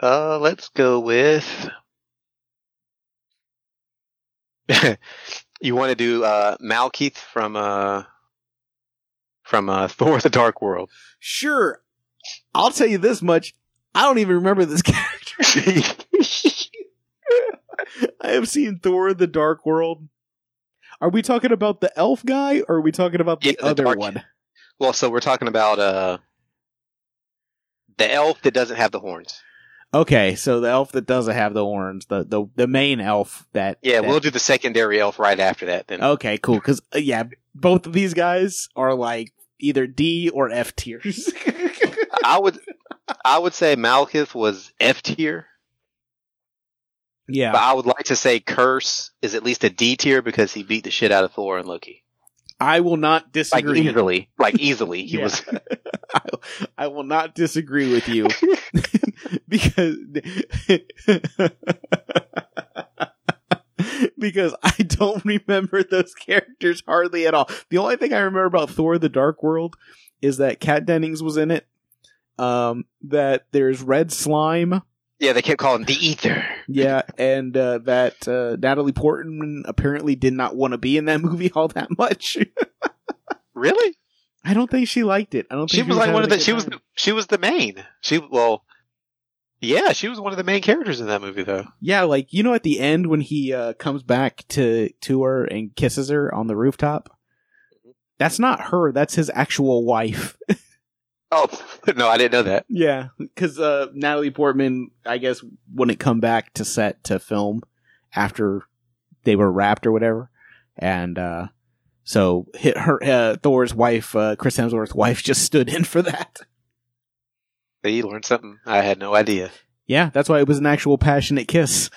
Speaker 1: Uh, let's go with. you want to do uh, Malkeith from uh, from uh, Thor: The Dark World?
Speaker 2: Sure. I'll tell you this much. I don't even remember this character. I have seen Thor: The Dark World. Are we talking about the elf guy, or are we talking about the
Speaker 1: Yeah, the
Speaker 2: other
Speaker 1: dark-
Speaker 2: one?
Speaker 1: well, so we're talking about uh, the elf that doesn't have the horns.
Speaker 2: Okay, so the elf that doesn't have the horns, the the, the main elf that.
Speaker 1: Yeah,
Speaker 2: that-
Speaker 1: we'll do the secondary elf right after that. Then
Speaker 2: Okay, cool. Because uh, yeah, both of these guys are like either D or F tiers.
Speaker 1: I would I would say Malkeith was F tier.
Speaker 2: Yeah.
Speaker 1: But I would like to say Curse is at least a D tier because he beat the shit out of Thor and Loki.
Speaker 2: I will not
Speaker 1: Like
Speaker 2: disagree.
Speaker 1: easily. Like easily. He
Speaker 2: Yeah.
Speaker 1: was
Speaker 2: I, I will not disagree with you because because I don't remember those characters hardly at all. The only thing I remember about Thor: The Dark World is that Kat Dennings was in it. Um, that there's red slime.
Speaker 1: Yeah, they kept calling him the Ether.
Speaker 2: Yeah, and uh, that uh, Natalie Portman apparently did not want to be in that movie all that much.
Speaker 1: Really?
Speaker 2: I don't think she liked it. I don't.
Speaker 1: She
Speaker 2: think
Speaker 1: was like
Speaker 2: having
Speaker 1: one of
Speaker 2: a
Speaker 1: the
Speaker 2: good
Speaker 1: she was
Speaker 2: time.
Speaker 1: the, she was the main. She well Yeah, she was one of the main characters in that movie though.
Speaker 2: Yeah, like you know, at the end when he uh, comes back to to her and kisses her on the rooftop, that's not her. That's his actual wife.
Speaker 1: Oh no, I didn't know that.
Speaker 2: Yeah, because uh, Natalie Portman, I guess, wouldn't come back to set to film after they were wrapped or whatever, and uh, so hit her uh, Thor's wife, uh, Chris Hemsworth's wife, just stood in for that.
Speaker 1: But you learned something I had no idea.
Speaker 2: Yeah, that's why it was an actual passionate kiss.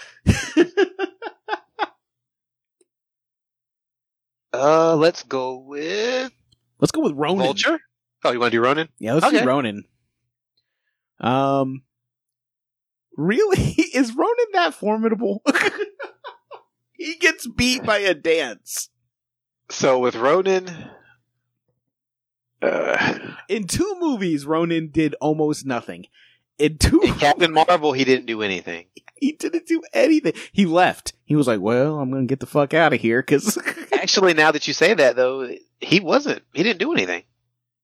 Speaker 1: Uh let's go with
Speaker 2: Let's go with Ronan.
Speaker 1: Vulture? Oh, you want to do Ronan?
Speaker 2: Yeah, let's
Speaker 1: Okay.
Speaker 2: do Ronan. Um, really, is Ronan that formidable? he gets beat by a dance
Speaker 1: So with Ronan uh,
Speaker 2: in two movies. Ronan did almost nothing. In two,
Speaker 1: in Captain Marvel he didn't do anything.
Speaker 2: he didn't do anything. He left. He was like, "Well, I'm gonna get the fuck out of here," because.
Speaker 1: Actually now that you say that though, he wasn't. He didn't do anything.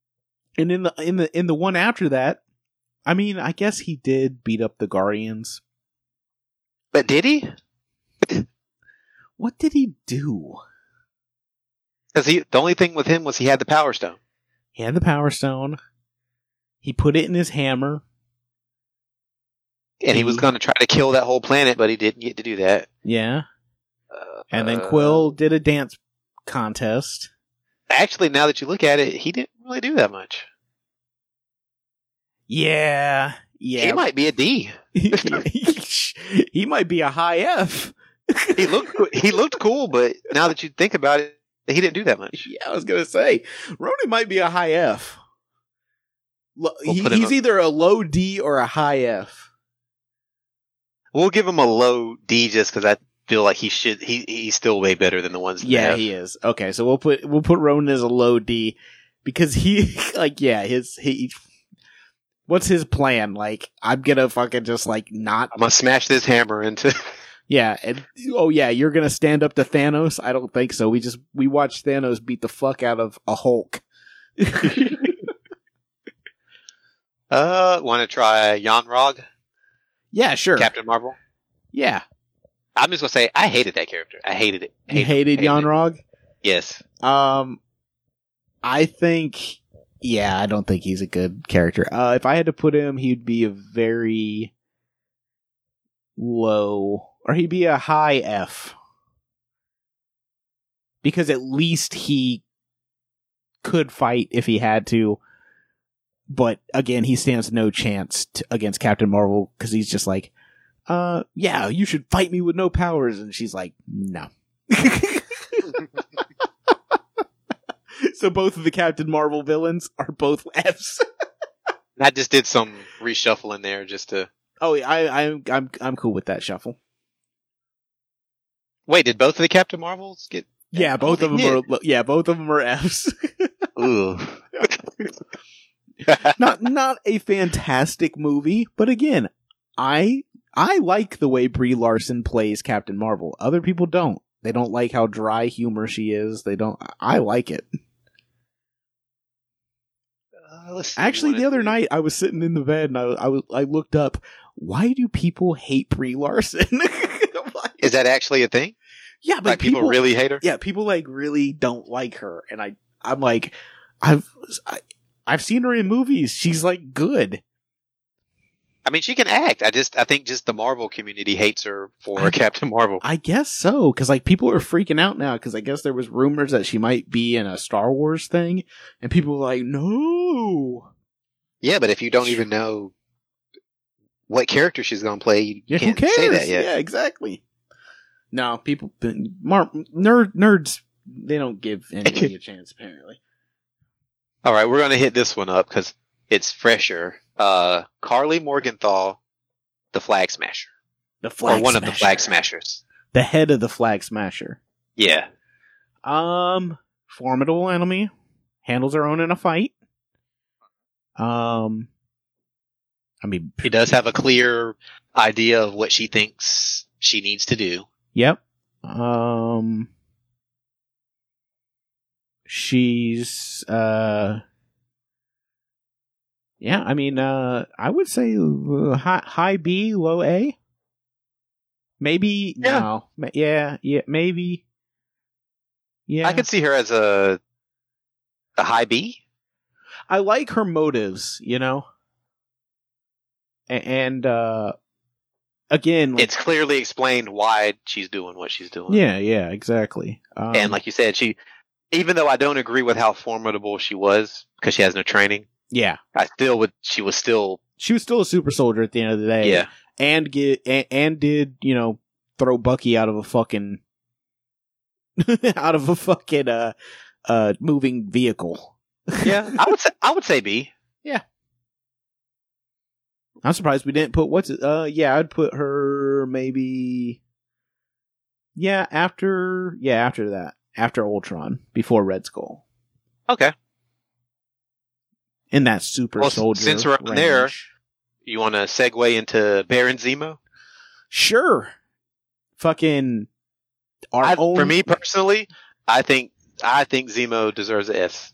Speaker 2: and in the in the in the one after that, I mean, I guess he did beat up the Guardians.
Speaker 1: But did he?
Speaker 2: What did he do?
Speaker 1: Because he the only thing with him was he had the power stone.
Speaker 2: He had the Power Stone. He put it in his hammer.
Speaker 1: and
Speaker 2: Mm-hmm.
Speaker 1: he was going to try to kill that whole planet, but he didn't get to do that.
Speaker 2: Yeah.
Speaker 1: Uh,
Speaker 2: And then Quill did a dance contest.
Speaker 1: Actually, now that you look at it, he didn't really do that much.
Speaker 2: Yeah.
Speaker 1: He
Speaker 2: Yeah.
Speaker 1: might be a D.
Speaker 2: He might, be a high F.
Speaker 1: He looked co- he looked cool, but now that you think about it, he didn't do that much.
Speaker 2: Yeah, I was going to say. Ronan might be a high F. Lo-
Speaker 1: We'll
Speaker 2: he-
Speaker 1: put him
Speaker 2: he's
Speaker 1: on-
Speaker 2: either a low D or a high F.
Speaker 1: We'll give him a low D just because I feel like he should. He he's still way better than the ones. That
Speaker 2: Yeah,
Speaker 1: have-
Speaker 2: he is. Okay, so we'll put we'll put Ronan as a low D because he like yeah, his he what's his plan? Like I'm going to fucking just like not
Speaker 1: I'm gonna smash this hammer into.
Speaker 2: Yeah, and oh yeah, you're gonna stand up to Thanos? I don't think so. We just we watched Thanos beat the fuck out of a Hulk.
Speaker 1: Uh, want to try Yanrog,
Speaker 2: yeah, sure.
Speaker 1: Captain Marvel?
Speaker 2: yeah,
Speaker 1: I'm just gonna say I hated that character. I hated it.
Speaker 2: you hated
Speaker 1: hated
Speaker 2: Yanrog.
Speaker 1: Yes.
Speaker 2: Um, I think. Yeah, I don't think he's a good character. Uh, if I had to put him, he'd be a very low, or he'd be a high F, because at least he could fight if he had to. But again, he stands no chance t against Captain Marvel because he's just like, uh, yeah, you should fight me with no powers, and she's like, no. So both of the Captain Marvel villains are both Fs.
Speaker 1: I just did some reshuffling there just to.
Speaker 2: Oh, yeah, I, I'm I'm I'm cool with that shuffle.
Speaker 1: Wait, did both of the Captain Marvels get?
Speaker 2: Yeah, both of them
Speaker 1: Yeah.
Speaker 2: are. Yeah, both of them are Fs.
Speaker 1: Ooh. Uh,
Speaker 2: not not a fantastic movie, but again, I I like the way Brie Larson plays Captain Marvel. Other people don't. They don't like how dry humor she is. They don't. I like it. Actually, the other night I was sitting in the bed and I was- I was I looked up. Why do people hate Brie Larson? I'm like,
Speaker 1: is that actually a thing?
Speaker 2: yeah, but
Speaker 1: Like people,
Speaker 2: people
Speaker 1: really hate her.
Speaker 2: yeah people like really don't like her and i i'm like i've I, i've seen her in movies she's like good
Speaker 1: I mean, she can act. I just, I think, just the Marvel community hates her for Captain Marvel.
Speaker 2: i guess so because like people are freaking out now because i guess there was rumors that she might be in a star wars thing and people were like no
Speaker 1: Yeah, but if you don't even know what character she's going to play. You
Speaker 2: Yeah, who
Speaker 1: can't
Speaker 2: cares?
Speaker 1: say that yet.
Speaker 2: Yeah, exactly. No, people, mar- nerd nerds, they don't give anything a chance. Apparently,
Speaker 1: All right, we're going to hit this one up because it's fresher. Uh, Carly Morgenthau, the Flag Smasher,
Speaker 2: the flag
Speaker 1: or one
Speaker 2: smasher.
Speaker 1: of the Flag Smashers.
Speaker 2: the head of the flag smasher.
Speaker 1: Yeah,
Speaker 2: Um, formidable enemy, handles her own in a fight. Um, I mean,
Speaker 1: she does have a clear idea of what she thinks she needs to do.
Speaker 2: Yep. Um she's uh Yeah, I mean uh I would say uh, high, high B, low A. Maybe
Speaker 1: Yeah.
Speaker 2: no. Ma- Yeah, yeah, maybe. Yeah.
Speaker 1: I could see her as a a high B.
Speaker 2: I like her motives, you know. A- And uh again, like,
Speaker 1: It's clearly explained why she's doing what she's doing.
Speaker 2: Mm-hmm. yeah, yeah, exactly. Um,
Speaker 1: and like you said, she even though I don't agree with how formidable she was because she has no training,
Speaker 2: yeah,
Speaker 1: I still would. She was still
Speaker 2: she was still a super soldier at the end of the day.
Speaker 1: yeah.
Speaker 2: and get and, and did you know throw Bucky out of a fucking out of a fucking uh uh moving vehicle.
Speaker 1: Yeah, I would say I would say B.
Speaker 2: I'm surprised we didn't put what's it- uh yeah I'd put her maybe yeah after yeah after that after Ultron before Red Skull
Speaker 1: Okay.
Speaker 2: in that super
Speaker 1: Well, s-
Speaker 2: soldier.
Speaker 1: since we're up
Speaker 2: range.
Speaker 1: there- You want to segue into Baron Zemo?
Speaker 2: sure, fucking our
Speaker 1: I,
Speaker 2: own
Speaker 1: For me personally, I think I think Zemo deserves a S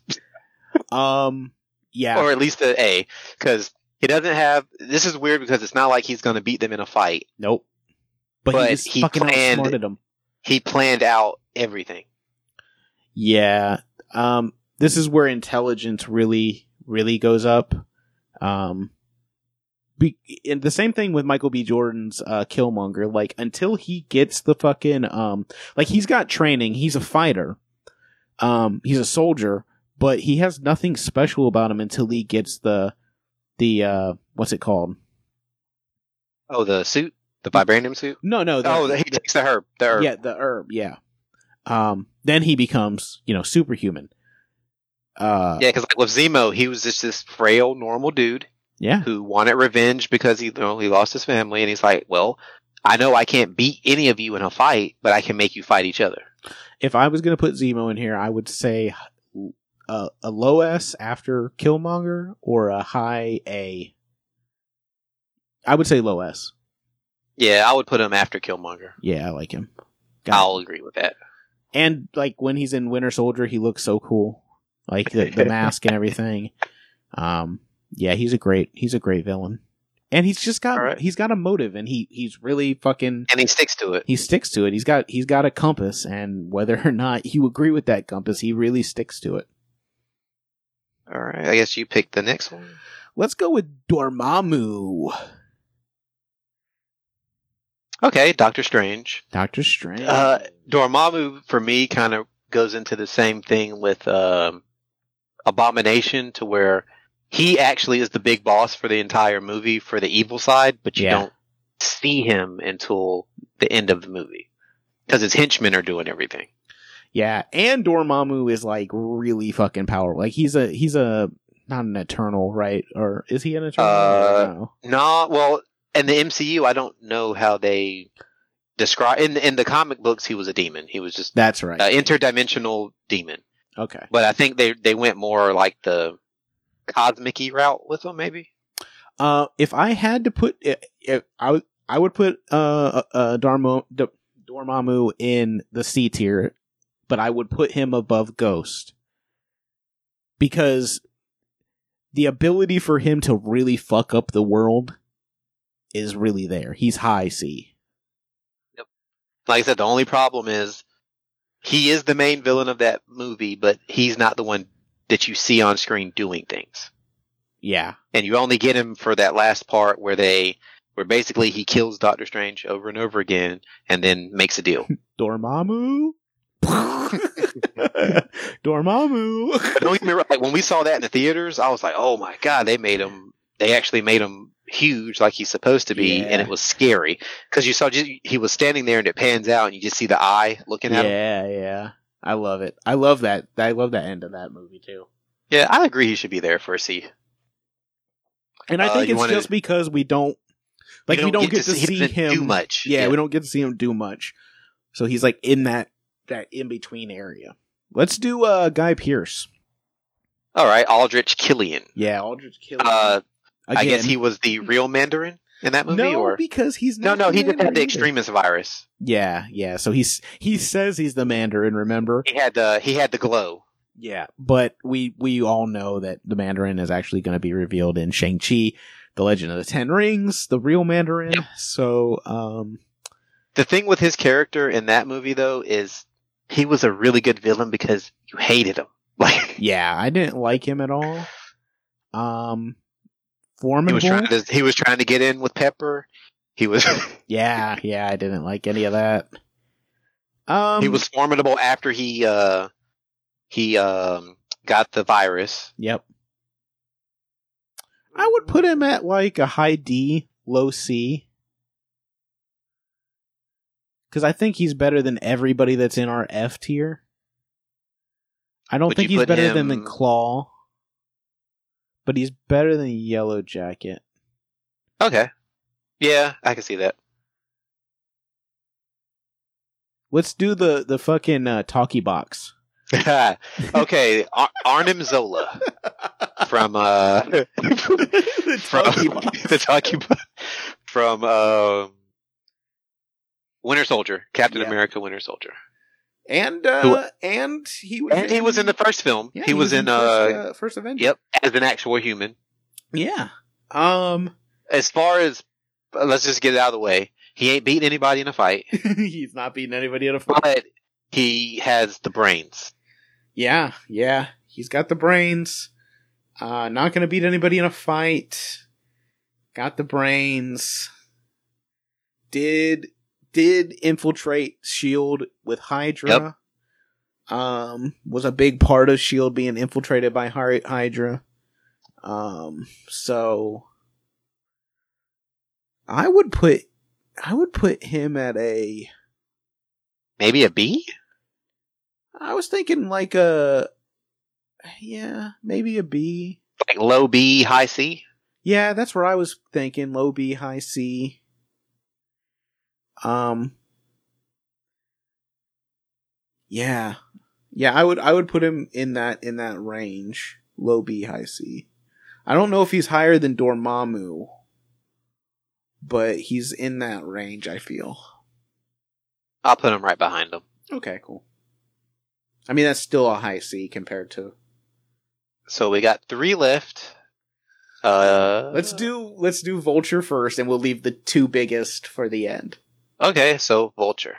Speaker 2: um yeah
Speaker 1: or at least a A because he doesn't have. This is weird because it's not like he's going to beat them in a fight.
Speaker 2: nope but,
Speaker 1: but
Speaker 2: he just
Speaker 1: he
Speaker 2: fucking
Speaker 1: planned-
Speaker 2: outsmarted him.
Speaker 1: He planned out everything.
Speaker 2: Yeah. Um this is where intelligence really really goes up. Um be, and the same thing with Michael B Jordan's uh Killmonger like until he gets the fucking um like he's got training, he's a fighter. Um he's a soldier, but he has nothing special about him until he gets the the uh what's it called?
Speaker 1: Oh, the suit, the vibranium suit.
Speaker 2: No, no, the,
Speaker 1: Oh, he takes the herb. The herb.
Speaker 2: Yeah, the herb, yeah. Um then he becomes, you know, superhuman. Uh
Speaker 1: Yeah, because like with Zemo, he was just this frail, normal dude
Speaker 2: yeah.
Speaker 1: who wanted revenge because he you know, he lost his family, and he's like, "Well, I know I can't beat any of you in a fight, but I can make you fight each other."
Speaker 2: if I was going to put Zemo in here, I would say uh, a low S after Killmonger or a high A. I would say low S.
Speaker 1: Yeah, I would put him after Killmonger.
Speaker 2: Yeah, I like him. Got it.
Speaker 1: I'll agree with that.
Speaker 2: And like when he's in Winter Soldier, he looks so cool, like the, the mask and everything. Um, yeah, he's a great he's a great villain, and he's just got
Speaker 1: All right.
Speaker 2: he's got a motive, and he he's really fucking
Speaker 1: And he sticks to it.
Speaker 2: he sticks to it. He's got he's got a compass, and whether or not you agree with that compass, he really sticks to it.
Speaker 1: All right, I guess you pick the next one.
Speaker 2: Let's go with Dormammu.
Speaker 1: Okay, Doctor Strange.
Speaker 2: Doctor Strange.
Speaker 1: Uh, Dormammu for me kind of goes into the same thing with um, Abomination, to where he actually is the big boss for the entire movie for the evil side, but you
Speaker 2: Yeah.
Speaker 1: don't see him until the end of the movie because his henchmen are doing everything.
Speaker 2: yeah, and Dormammu is like really fucking powerful. Like he's a he's a not an eternal, right? Or is he an eternal?
Speaker 1: Uh,
Speaker 2: No.
Speaker 1: Nah, well, in the MCU, I don't know how they describe in in the comic books. He was a demon. He was just
Speaker 2: That's right.
Speaker 1: an interdimensional demon.
Speaker 2: okay.
Speaker 1: But I think they they went more like the cosmic route with them, maybe.
Speaker 2: Uh, if I had to put, if, if I would, I would put uh, uh Dormo, D- Dormammu in the C tier, but I would put him above Ghost because the ability for him to really fuck up the world is really there. He's high C.
Speaker 1: Like I said, the only problem is he is the main villain of that movie, but he's not the one that you see on screen doing things.
Speaker 2: Yeah.
Speaker 1: And you only get him for that last part where they where basically he kills Doctor Strange over and over again and then makes a deal.
Speaker 2: Dormammu. Dormammu.
Speaker 1: But don't get me wrong, like when we saw that in the theaters, I was like, "Oh my god, they made him they actually made him huge like he's supposed to be,
Speaker 2: Yeah.
Speaker 1: and it was scary because you saw just, he was standing there and it pans out and you just see the eye looking at him.
Speaker 2: yeah, yeah. I love it. I love that. I love that end of that movie too.
Speaker 1: Yeah, I agree. He should be there for a C.
Speaker 2: And I
Speaker 1: Uh,
Speaker 2: think
Speaker 1: you
Speaker 2: it's
Speaker 1: wanna-
Speaker 2: just because we don't like
Speaker 1: You
Speaker 2: we don't get, to see, him
Speaker 1: do much.
Speaker 2: Yeah, we don't get to see him do much. So he's like in that that in between area. Let's do uh Guy Pierce.
Speaker 1: All right, Aldrich Killian.
Speaker 2: Yeah, Aldrich Killian.
Speaker 1: Uh, I guess
Speaker 2: Again.
Speaker 1: he was the real Mandarin in that movie,
Speaker 2: no,
Speaker 1: or
Speaker 2: because he's
Speaker 1: no,
Speaker 2: not
Speaker 1: no,
Speaker 2: the
Speaker 1: he just had
Speaker 2: Mandarin
Speaker 1: the
Speaker 2: either.
Speaker 1: extremist virus.
Speaker 2: Yeah, yeah. So he's he says he's the Mandarin. Remember?
Speaker 1: He had the he had the glow.
Speaker 2: Yeah, but we we all know that the Mandarin is actually going to be revealed in Shang Chi, The Legend of the Ten Rings, the real Mandarin.
Speaker 1: Yep.
Speaker 2: So, um,
Speaker 1: The thing with his character in that movie though is he was a really good villain because you hated him. Like
Speaker 2: yeah, I didn't like him at all. Um,
Speaker 1: he was trying
Speaker 2: formidable.
Speaker 1: to he was trying to get in with Pepper. He was
Speaker 2: Yeah, yeah, I didn't like any of that. Um,
Speaker 1: he was formidable after he uh he um got the virus.
Speaker 2: Yep. I would put him at like a high D, low C. Because I think he's better than everybody that's in our F tier. I don't
Speaker 1: Would
Speaker 2: think
Speaker 1: you
Speaker 2: he's
Speaker 1: put
Speaker 2: better than,
Speaker 1: him-
Speaker 2: than Claw, but he's better than Yellow Jacket.
Speaker 1: Okay. Yeah, I can see that.
Speaker 2: Let's do the the fucking uh, talkie box.
Speaker 1: okay, Ar- Arnim Zola from uh
Speaker 2: the
Speaker 1: from the talkie bo- from um Winter Soldier, Captain
Speaker 2: Yeah.
Speaker 1: America, Winter Soldier,
Speaker 2: and uh,
Speaker 1: Who-
Speaker 2: and he was
Speaker 1: and he was in the first film. he, was, in, uh,
Speaker 2: first, uh, first Avenger.
Speaker 1: yep, as an actual human.
Speaker 2: Yeah. Um,
Speaker 1: As far as uh, let's just get it out of the way, he ain't beating anybody in a fight,
Speaker 2: he's not beating anybody in a fight.
Speaker 1: but he has the brains.
Speaker 2: Yeah, yeah. He's got the brains. Uh not gonna beat anybody in a fight. Got the brains. Did did infiltrate Shield E with Hydra. Um was a big part of Shield E being infiltrated by Hy- Hydra. Um so I would put I would put him at a
Speaker 1: Maybe a B.
Speaker 2: I was thinking like a yeah, maybe a B.
Speaker 1: Like low B, high C.
Speaker 2: Yeah, that's where I was thinking low B, high C. Um Yeah. Yeah, I would I would put him in that in that range, low B, high C. I don't know if he's higher than Dormammu, but he's in that range, I feel.
Speaker 1: I'll put him right behind him.
Speaker 2: Okay, cool. I mean, that's still a high C compared to
Speaker 1: So we got three left. Uh,
Speaker 2: Let's do let's do Vulture first, and we'll leave the two biggest for the end.
Speaker 1: Okay, so Vulture,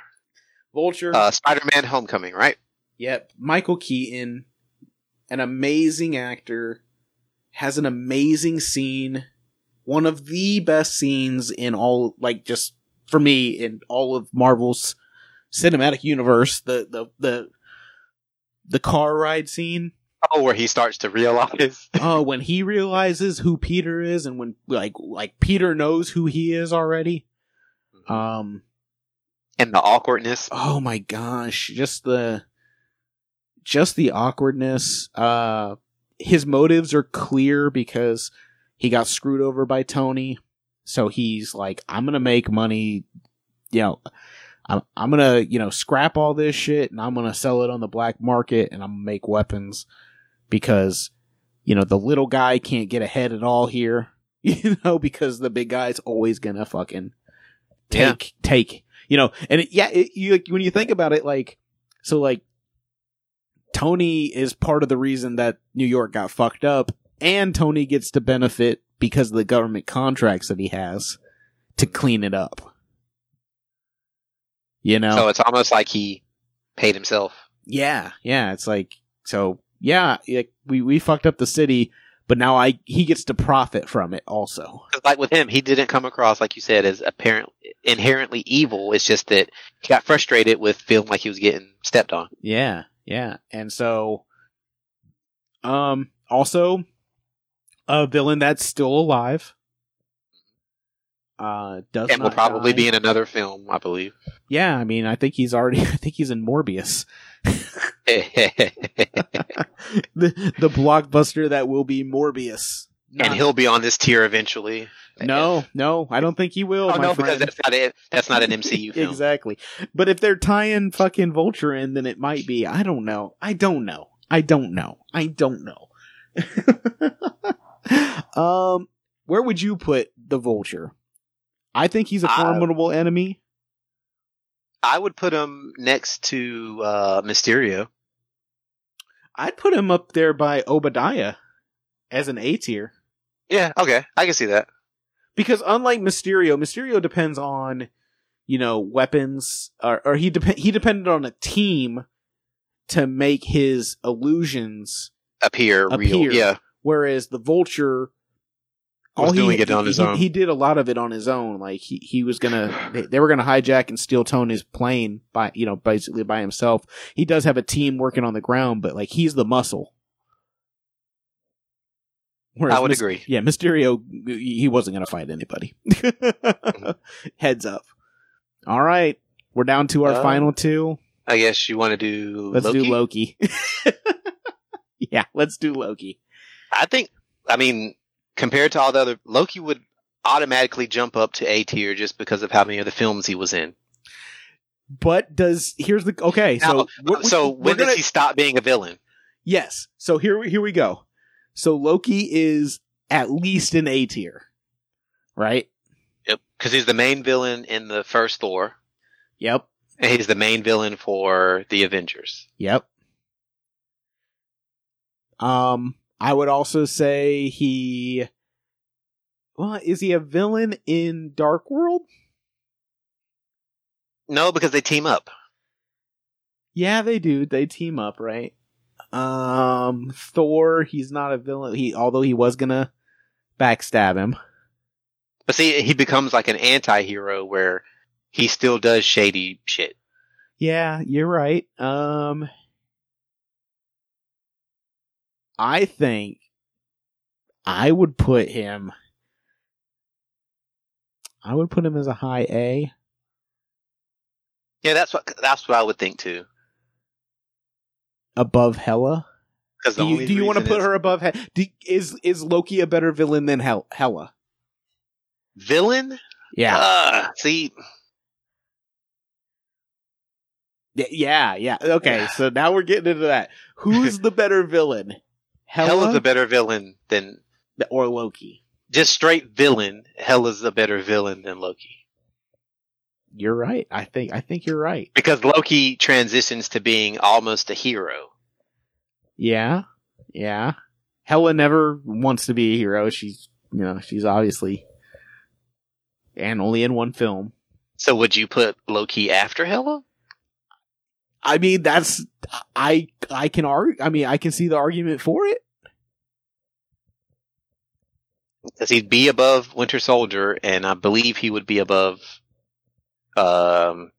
Speaker 2: Vulture.
Speaker 1: uh, Spider-Man: Homecoming, right?
Speaker 2: yep, Michael Keaton, an amazing actor, has an amazing scene, one of the best scenes in all, like just for me in all of Marvel's cinematic universe. The the the the car ride scene.
Speaker 1: Oh, where he starts to realize.
Speaker 2: Oh, when he realizes who Peter is, and when like like Peter knows who he is already. Um.
Speaker 1: and the awkwardness.
Speaker 2: oh my gosh just the just the awkwardness uh his motives are clear because he got screwed over by tony so he's like i'm gonna make money you know i'm, I'm gonna you know scrap all this shit and i'm gonna sell it on the black market and i'm gonna make weapons because you know the little guy can't get ahead at all here you know because the big guy's always gonna fucking
Speaker 1: Yeah.
Speaker 2: take take you know and it, yeah it, you like, when you think about it like so like tony is part of the reason that new york got fucked up and tony gets to benefit because of the government contracts that he has to clean it up you know
Speaker 1: So it's almost like he paid himself.
Speaker 2: yeah, yeah. It's like so. Yeah, like we we fucked up the city, but now I he gets to profit from it also.
Speaker 1: 'Cause Like with him, he didn't come across like you said as apparent inherently evil. It's just that he got frustrated with feeling like he was getting stepped on.
Speaker 2: Yeah, yeah. And so, um, also a villain that's still alive. Uh, does
Speaker 1: and will
Speaker 2: not
Speaker 1: probably
Speaker 2: die.
Speaker 1: be in another film, I believe.
Speaker 2: Yeah, I mean, I think he's already. I think he's in Morbius,
Speaker 1: and
Speaker 2: the the blockbuster that will be Morbius. Not-
Speaker 1: he'll be on this tier eventually.
Speaker 2: no, no, I don't think he will.
Speaker 1: Oh,
Speaker 2: my
Speaker 1: no, because
Speaker 2: friend.
Speaker 1: that's not it. That's not an MCU film.
Speaker 2: exactly. But if they're tying fucking Vulture in, then it might be. I don't know. I don't know. I don't know. I don't know. um, where would you put the Vulture? I think he's a
Speaker 1: I-
Speaker 2: formidable enemy.
Speaker 1: I would put him next to uh, Mysterio.
Speaker 2: I'd put him up there by Obadiah as an A tier.
Speaker 1: Yeah, okay, I can see that.
Speaker 2: because unlike Mysterio, Mysterio depends on you know weapons, or, or he dep- he depended on a team to make his illusions.
Speaker 1: Appear,
Speaker 2: Appear.
Speaker 1: real, yeah.
Speaker 2: Whereas the Vulture,
Speaker 1: Was
Speaker 2: all he-
Speaker 1: doing it on his
Speaker 2: he-
Speaker 1: own.
Speaker 2: He did a lot of it on his own. Like he, he was gonna, they, they were gonna hijack and steal Tony's plane by you know basically by himself. He does have a team working on the ground, but like he's the muscle. Whereas
Speaker 1: I would
Speaker 2: Mys-
Speaker 1: agree.
Speaker 2: yeah, Mysterio, he wasn't going to fight anybody. Heads up. All right. We're down to our
Speaker 1: Um,
Speaker 2: final two.
Speaker 1: I guess you want to do
Speaker 2: Let's
Speaker 1: Loki?
Speaker 2: do Loki. yeah, let's do Loki.
Speaker 1: I think, I mean, compared to all the other, Loki would automatically jump up to A tier just because of how many other films he was in.
Speaker 2: But does here's the okay, so
Speaker 1: Now, uh,
Speaker 2: we're-
Speaker 1: so
Speaker 2: we're
Speaker 1: when
Speaker 2: gonna-
Speaker 1: does he stop being a villain?
Speaker 2: Yes. So here we here we go. So Loki is at least an A tier. Right?
Speaker 1: Yep, because he's the main villain in the first Thor,
Speaker 2: Yep.
Speaker 1: and he's the main villain for the Avengers.
Speaker 2: Yep. Um, I would also say he. Well, is he a villain in Dark World?
Speaker 1: No, because they team up.
Speaker 2: Yeah, they do. They team up, right? Um, Thor. He's not a villain. He, although he was gonna backstab him.
Speaker 1: But see, he becomes like an anti-hero where he still does shady shit.
Speaker 2: Yeah, you're right. Um, I think I would put him. I would put him as a high A.
Speaker 1: Yeah, that's what that's what I would think too.
Speaker 2: above Hella?
Speaker 1: Because
Speaker 2: Do you, do you want to put her above? He- do, is is Loki a better villain than Hel- Hella?
Speaker 1: villain?
Speaker 2: Yeah,
Speaker 1: Uh, see,
Speaker 2: yeah, yeah. Okay, so now we're getting into that. Who's the better villain, Hella,
Speaker 1: Hell is a better villain than
Speaker 2: or Loki?
Speaker 1: just straight villain. Hell is a better villain than Loki
Speaker 2: You're right. I think I think you're right.
Speaker 1: because Loki transitions to being almost a hero.
Speaker 2: Yeah, yeah. Hella never wants to be a hero. She's you know she's obviously and only in one film.
Speaker 1: So would you put Loki after Hela?
Speaker 2: I mean that's I I can argue. I mean I can see the argument for it.
Speaker 1: Because he'd be above Winter Soldier, and I believe he would be above um,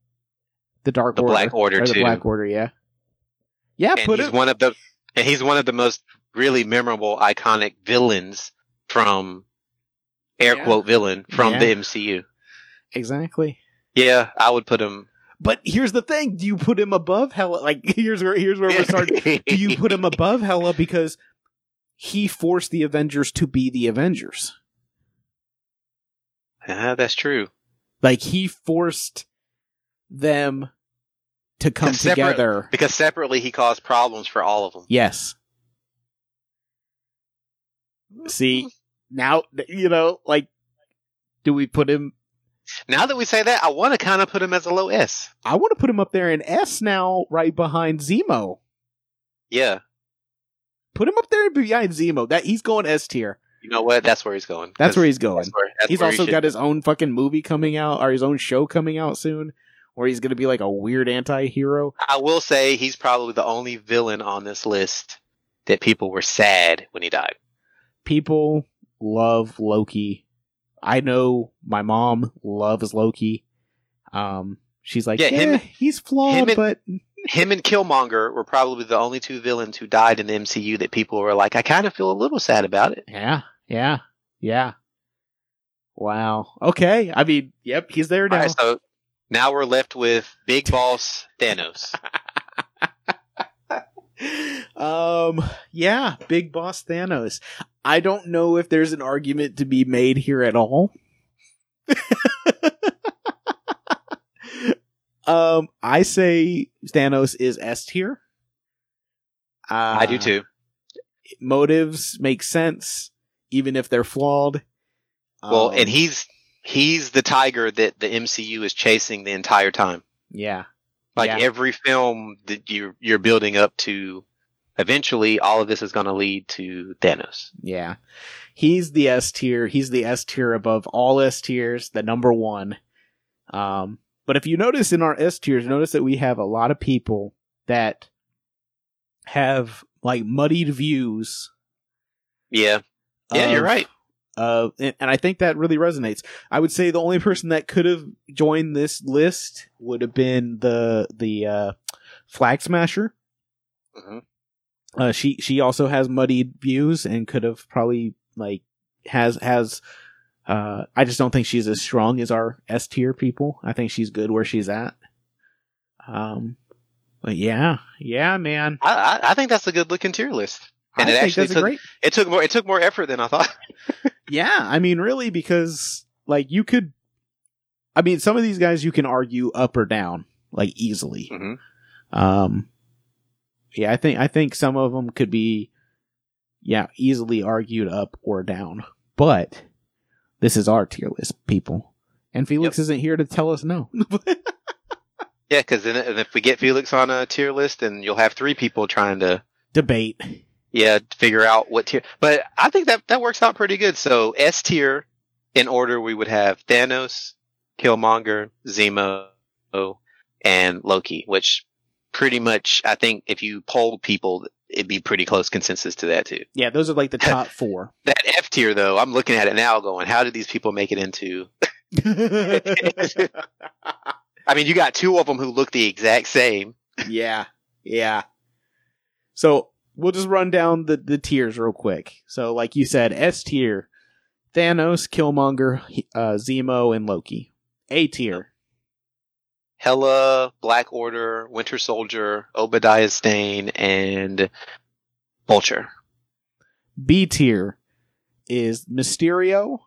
Speaker 2: the Dark
Speaker 1: The
Speaker 2: Order,
Speaker 1: Black Order
Speaker 2: or the
Speaker 1: too.
Speaker 2: Black Order, yeah, yeah.
Speaker 1: and
Speaker 2: put
Speaker 1: he's
Speaker 2: it.
Speaker 1: one of the and he's one of the most really memorable iconic villains from air
Speaker 2: Yeah.
Speaker 1: quote villain from
Speaker 2: Yeah.
Speaker 1: the MCU.
Speaker 2: exactly.
Speaker 1: Yeah, I would put him.
Speaker 2: But here's the thing: do you put him above Hella? Like here's where here's where we're starting. do you put him above Hella because he forced the Avengers to be the Avengers?
Speaker 1: Ah, that's true.
Speaker 2: Like he forced them to come
Speaker 1: To separate-
Speaker 2: together.
Speaker 1: Because separately he caused problems for all of them.
Speaker 2: Yes. See now you know like do we put him
Speaker 1: Now that we say that, I want to kind of put him as a low S.
Speaker 2: I want to put him up there in S now right behind Zemo.
Speaker 1: Yeah.
Speaker 2: Put him up there behind Zemo. That he's going S tier.
Speaker 1: You know what? That's where he's going.
Speaker 2: That's where he's going.
Speaker 1: That's where- that's
Speaker 2: he's
Speaker 1: where he
Speaker 2: also
Speaker 1: should-
Speaker 2: got his own fucking movie coming out or his own show coming out soon, where he's gonna be like a weird anti-hero.
Speaker 1: I will say he's probably the only villain on this list that people were sad when he died.
Speaker 2: People love Loki. I know my mom loves Loki. Um, she's like, yeah,
Speaker 1: Yeah, him-
Speaker 2: he's flawed,
Speaker 1: him and-
Speaker 2: but
Speaker 1: Him and Killmonger were probably the only two villains who died in the MCU that people were like, I kind of feel a little sad about it.
Speaker 2: Yeah, yeah, yeah. Wow. Okay. I mean, yep, he's there now.
Speaker 1: All right, so now we're left with Big Boss Thanos.
Speaker 2: um yeah big boss thanos i don't know if there's an argument to be made here at all um i say thanos is s tier uh,
Speaker 1: I do too.
Speaker 2: motives make sense even if they're flawed
Speaker 1: Well,
Speaker 2: Um,
Speaker 1: and he's he's the tiger that the MCU is chasing the entire time.
Speaker 2: yeah
Speaker 1: Like
Speaker 2: Yeah.
Speaker 1: every film that you're you're building up to, eventually all of this is going to lead to Thanos.
Speaker 2: yeah he's the s tier he's the s tier above all s tiers the number one um but if you notice in our s tiers notice that we have a lot of people that have like muddied views
Speaker 1: Yeah, yeah, you're
Speaker 2: of-
Speaker 1: right.
Speaker 2: uh, and, and I think that really resonates. I would say the only person that could have joined this list would have been the the uh, flag smasher.
Speaker 1: Mhm.
Speaker 2: Uh, she she also has muddied views and could have probably like has has. Uh, I just don't think she's as strong as our S tier people. I think she's good where she's at. Um, but yeah, yeah, man.
Speaker 1: I, I I think that's a good looking tier list. And
Speaker 2: I
Speaker 1: it
Speaker 2: think
Speaker 1: actually
Speaker 2: that's a
Speaker 1: took-
Speaker 2: great.
Speaker 1: It took more it took more effort than I thought.
Speaker 2: Yeah, I mean, really, because like you could, I mean, some of these guys you can argue up or down like easily.
Speaker 1: Mhm.
Speaker 2: Um, yeah, I think I think some of them could be, yeah, easily argued up or down. But this is our tier list, people, and Felix isn't here to tell us no.
Speaker 1: Yeah, because then and if we get Felix on a tier list, then you'll have three people trying to
Speaker 2: Debate.
Speaker 1: yeah figure out what tier. But I think that that works out pretty good. So S tier in order we would have Thanos, Killmonger, Zemo, and Loki, which pretty much I think if you polled people, it'd be pretty close consensus to that too.
Speaker 2: Yeah, those are like the top four.
Speaker 1: That F tier though, I'm looking at it now, going, how did these people make it into? I mean, you got two of them who look the exact same.
Speaker 2: yeah. Yeah. So we'll just run down the, the tiers real quick. So, like you said, S tier Thanos, Killmonger, he- uh, Zemo, and Loki. A tier.
Speaker 1: Hella, Black Order, Winter Soldier, Obadiah Stane, and Vulture.
Speaker 2: B tier is Mysterio,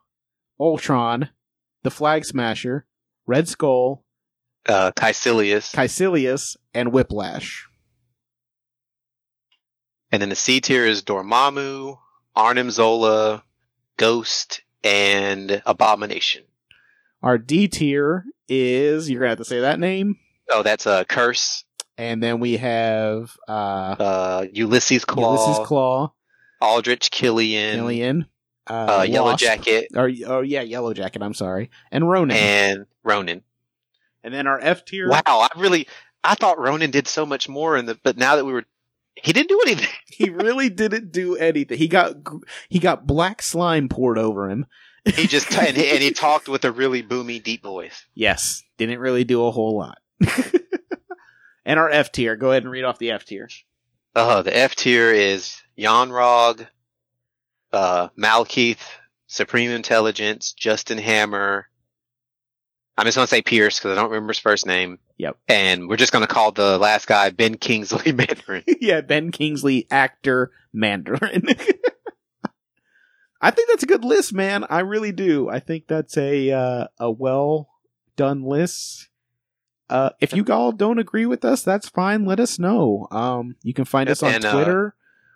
Speaker 2: Ultron, the Flag Smasher, Red Skull,
Speaker 1: Uh, Caecilius.
Speaker 2: Caecilius, and Whiplash.
Speaker 1: and then the C tier is Dormammu, Arnim Zola, Ghost, and Abomination.
Speaker 2: Our D tier is, you're going to have to say that name.
Speaker 1: Oh, that's uh, Curse,
Speaker 2: And then we have uh,
Speaker 1: uh, Ulysses Claw,
Speaker 2: Ulysses Claw,
Speaker 1: Aldrich Killian,
Speaker 2: Alien, uh,
Speaker 1: uh, Yellow
Speaker 2: Wasp.
Speaker 1: Jacket,
Speaker 2: or oh yeah, Yellow Jacket. I'm sorry, and Ronan, and,
Speaker 1: and Ronan.
Speaker 2: then our F tier.
Speaker 1: Wow, I really, I thought Ronan did so much more in the, but now that we were, he didn't do anything.
Speaker 2: He really didn't do anything. He got gr- he got black slime poured over him.
Speaker 1: He just and, he, and he talked with a really boomy, deep voice.
Speaker 2: Yes, didn't really do a whole lot. and our F tier. Go ahead and read off the F tier.
Speaker 1: Uh, the F tier is Yanrog, uh, Malkeith, Supreme Intelligence, Justin Hammer. I'm just gonna say Pierce because I don't remember his first name.
Speaker 2: Yep.
Speaker 1: And we're just gonna call the last guy Ben Kingsley Mandarin.
Speaker 2: yeah, Ben Kingsley, actor, Mandarin. I think that's a good list, man. I really do. I think that's a uh, a well done list. Uh, if you all don't agree with us, that's fine. Let us know. Um, you can find us on
Speaker 1: And, uh,
Speaker 2: Twitter.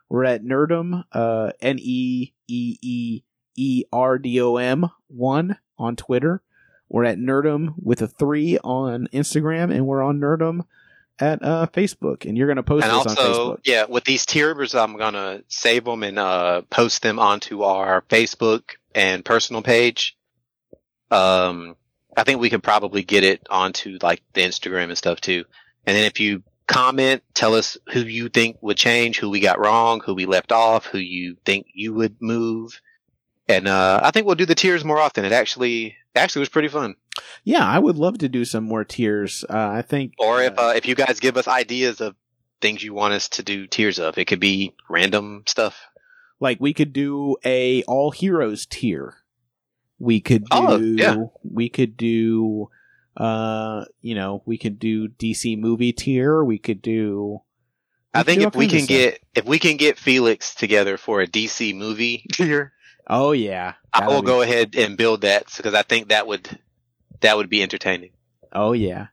Speaker 2: We're at Nerdum, uh, N E E E E R D O M one on Twitter. We're at Nerdum with a three on Instagram, and we're on Nerdum at uh, Facebook. And you're gonna post
Speaker 1: and
Speaker 2: this on Facebook.
Speaker 1: also, yeah, with these tiers, I'm gonna save them and uh, post them onto our Facebook and personal page. Um, I think we could probably get it onto like the Instagram and stuff too. And then if you comment, tell us who you think would change, who we got wrong, who we left off, who you think you would move. And uh, I think we'll do the tiers more often. It actually actually was pretty fun.
Speaker 2: Yeah, I would love to do some more tiers. Uh, I think,
Speaker 1: Or if uh, if you guys give us ideas of things you want us to do tiers of, it could be random stuff.
Speaker 2: like we could do a all heroes tier We could do
Speaker 1: Oh, yeah.
Speaker 2: we could do uh you know, we could do DC movie tier, we could do
Speaker 1: I think
Speaker 2: do
Speaker 1: if
Speaker 2: all
Speaker 1: we
Speaker 2: kinds of
Speaker 1: can
Speaker 2: stuff.
Speaker 1: get if we can get Felix together for a DC movie here,
Speaker 2: Oh yeah.
Speaker 1: I
Speaker 2: That'll
Speaker 1: will
Speaker 2: be-
Speaker 1: go ahead and build that because I think that would that would be entertaining.
Speaker 2: Oh yeah.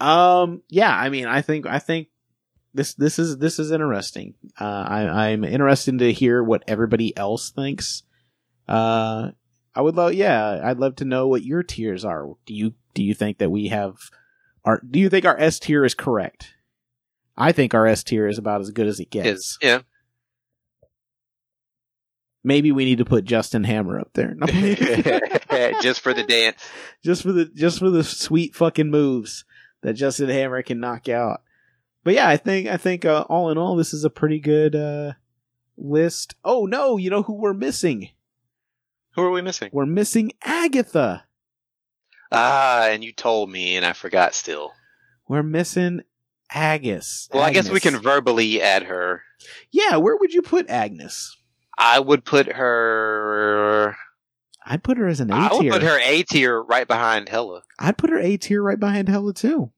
Speaker 2: Um yeah, I mean I think I think this this is this is interesting. Uh I I'm interested to hear what everybody else thinks. Uh I would love yeah, I'd love to know what your tiers are. Do you do you think that we have are do you think our S tier is correct? I think our S tier is about as good as it gets.
Speaker 1: Is yeah.
Speaker 2: Maybe we need to put Justin Hammer up there. No.
Speaker 1: Just for the dance.
Speaker 2: just for the just for the sweet fucking moves that Justin Hammer can knock out. But yeah, I think I think uh, all in all, this is a pretty good uh, list. Oh no, you know who we're missing?
Speaker 1: Who are we missing?
Speaker 2: We're missing Agatha.
Speaker 1: Ah, and you told me and I forgot still.
Speaker 2: We're missing Agus.
Speaker 1: Well, I guess we
Speaker 2: Agnes.
Speaker 1: can verbally add her.
Speaker 2: Yeah, where would you put Agnes?
Speaker 1: I would put her
Speaker 2: I put her as an
Speaker 1: I
Speaker 2: A
Speaker 1: would
Speaker 2: tier.
Speaker 1: put her A tier right behind Hella.
Speaker 2: I'd put her A tier right behind Hella too.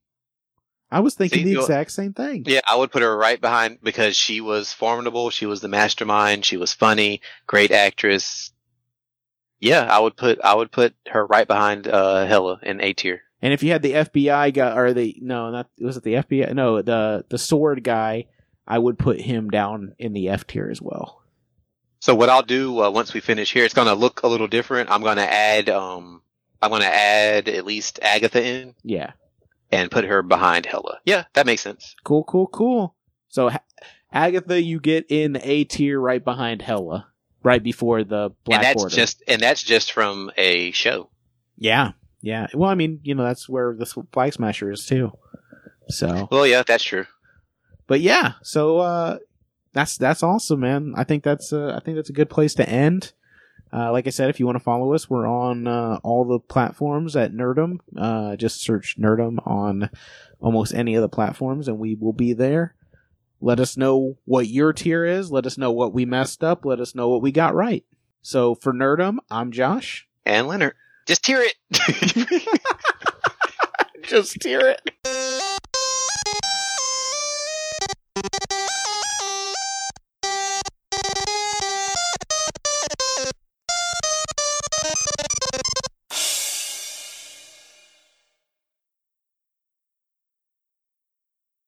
Speaker 2: I was thinking
Speaker 1: See,
Speaker 2: the
Speaker 1: you-
Speaker 2: exact same thing.
Speaker 1: Yeah, I would put her right behind because she was formidable. She was the mastermind. She was funny, great actress. Yeah, I would put I would put her right behind uh, Hella in A tier.
Speaker 2: And if you had the FBI guy, or the no, not was it the FBI? No, the the sword guy. I would put him down in the F tier as well.
Speaker 1: So what I'll do uh, once we finish here, it's gonna look a little different. I'm gonna add um I'm gonna add at least Agatha in
Speaker 2: Yeah,
Speaker 1: and put her behind Hella. Yeah, that makes sense.
Speaker 2: cool, cool, cool. So ha- Agatha, you get in A tier right behind Hella, right before the Black
Speaker 1: and that's
Speaker 2: Order.
Speaker 1: just and that's just from a show.
Speaker 2: yeah, yeah. Well, I mean, you know, that's where the Flag Smasher is too. So,
Speaker 1: Well, yeah, that's true.
Speaker 2: but yeah, so uh, that's that's awesome, man. I think that's uh, I think that's a good place to end. Uh, like I said, if you want to follow us, we're on uh, all the platforms at Nerdum. Uh, just search Nerdum on almost any of the platforms, and we will be there. Let us know what your tier is. Let us know what we messed up. Let us know what we got right. So for Nerdum, I'm Josh.
Speaker 1: And Leonard, just tear it.
Speaker 2: Just tier it.